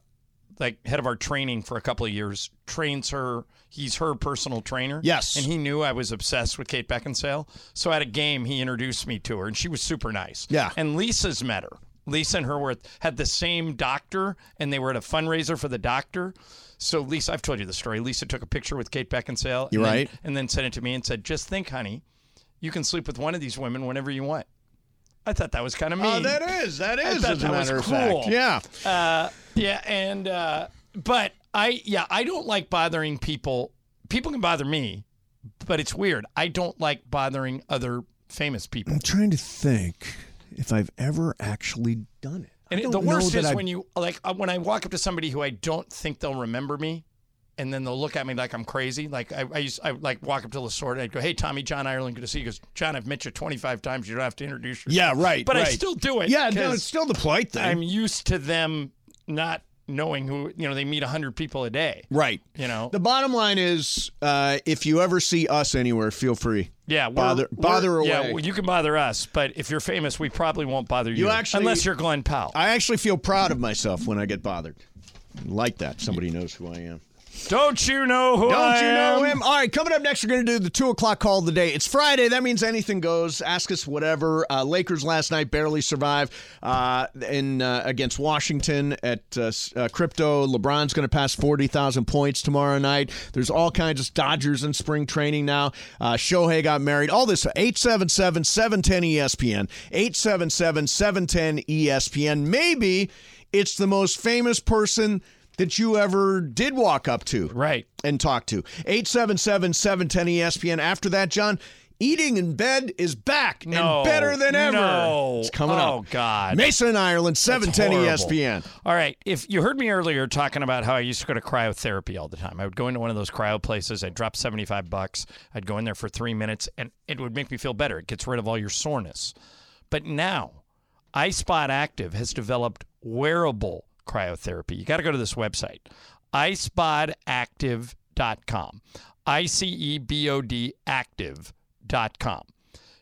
Speaker 2: like head of our training for a couple of years, trains her. He's her personal trainer.
Speaker 5: Yes.
Speaker 2: and he knew I was obsessed with Kate Beckinsale. So at a game, he introduced me to her, and she was super nice.
Speaker 5: Yeah.
Speaker 2: and Lisa's met her. Lisa and her were had the same doctor, and they were at a fundraiser for the doctor. So Lisa, I've told you the story. Lisa took a picture with Kate Beckinsale.
Speaker 5: You're
Speaker 2: and then-
Speaker 5: right.
Speaker 2: and then sent it to me and said, "Just think, honey, You can sleep with one of these women whenever you want. I thought that was kind of mean.
Speaker 5: Oh, that is- that
Speaker 2: I
Speaker 5: is,
Speaker 2: thought
Speaker 5: as a
Speaker 2: that was
Speaker 5: matter of
Speaker 2: cool.
Speaker 5: fact. Yeah.
Speaker 2: Uh, yeah, and uh, but I yeah I don't like bothering people. People can bother me, but it's weird. I don't like bothering other famous people.
Speaker 5: I'm trying to think if I've ever actually done it. I
Speaker 2: And it,
Speaker 5: don't
Speaker 2: the
Speaker 5: know
Speaker 2: worst
Speaker 5: that
Speaker 2: is
Speaker 5: I've-
Speaker 2: when you like uh, when I walk up to somebody who I don't think they'll remember me, and then they'll look at me like I'm crazy. Like I, I used I like walk up to Lasorda and I'd go, "Hey, Tommy, John Ireland, good to see you." He goes, "John, I've met you 25 times. You don't have to introduce yourself."
Speaker 5: Yeah, right.
Speaker 2: But I
Speaker 5: right.
Speaker 2: still do it.
Speaker 5: Yeah, no,
Speaker 2: 'cause
Speaker 5: it's still the polite thing.
Speaker 2: I'm used to them not knowing who you know. They meet 100 people a day.
Speaker 5: right.
Speaker 2: You know.
Speaker 5: The bottom line is, uh, if you ever see us anywhere, feel free.
Speaker 2: Yeah, we're-
Speaker 5: bother,
Speaker 2: we're-
Speaker 5: bother away.
Speaker 2: Yeah, well, you can bother us, but if you're famous, we probably won't bother you.
Speaker 5: You actually-
Speaker 2: unless you're Glenn Powell.
Speaker 5: I actually feel proud of myself when I get bothered. I Like that, somebody knows who I am.
Speaker 2: Don't you know who
Speaker 5: Don't
Speaker 2: I
Speaker 5: you know
Speaker 2: am?
Speaker 5: him? All right, coming up next, we're going to do the two o'clock call of the day. It's Friday. That means anything goes. Ask us whatever. Uh, Lakers last night barely survived uh, in uh, against Washington at uh, s- uh, Crypto. LeBron's going to pass forty thousand points tomorrow night. There's all kinds of Dodgers in spring training now. Uh, Shohei got married. All this 877 710 ESPN. 877 710 ESPN. Maybe it's the most famous person that you ever did walk up to
Speaker 2: right
Speaker 5: and talk to 877-710-espn after that john eating in bed is back
Speaker 2: No,
Speaker 5: and better than ever
Speaker 2: no.
Speaker 5: it's coming
Speaker 2: Oh,
Speaker 5: up
Speaker 2: God.
Speaker 5: mason ireland E
Speaker 2: That's
Speaker 5: 710
Speaker 2: horrible.
Speaker 5: espn
Speaker 2: All right. If you heard me earlier talking about how I used to go to cryotherapy all the time, I would go into one of those cryo places. I'd drop 75 bucks. I'd go in there for three minutes and it would make me feel better. It gets rid of all your soreness. But now, iSpot Active has developed wearable cryotherapy. You got to go to this website, iSpotActive.com. I C E B O D active.com.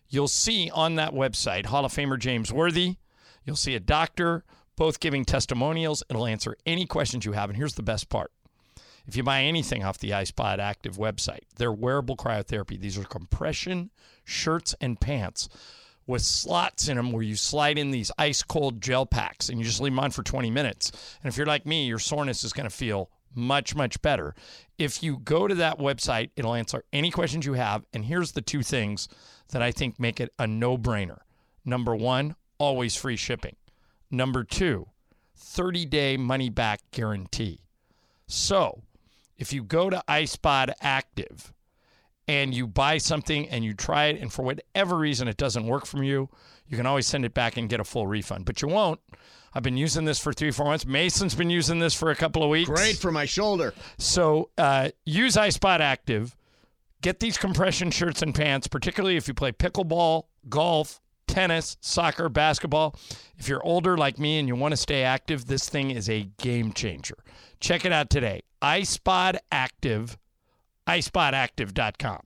Speaker 2: You'll see on that website Hall of Famer James Worthy. You'll see a doctor, both giving testimonials. It'll answer any questions you have. And here's the best part if you buy anything off the iSpot Active website, they're wearable cryotherapy. These are compression shirts and pants with slots in them where you slide in these ice cold gel packs and you just leave them on for 20 minutes. And if you're like me, your soreness is going to feel much, much better. If you go to that website, it'll answer any questions you have. And here's the two things that I think make it a no brainer number one, always free shipping. Number two, 30 day money back guarantee. So if you go to iSpod Active and you buy something and you try it, and for whatever reason it doesn't work for you, you can always send it back and get a full refund. But you won't. I've been using this for three, four months. Mason's been using this for a couple of weeks.
Speaker 5: great for my shoulder
Speaker 2: So uh, use iSpot Active. Get these compression shirts and pants, particularly if you play pickleball, golf, tennis, soccer, basketball. If you're older like me and you want to stay active, this thing is a game changer. Check it out today. iSpot Active, iSpotActive.com.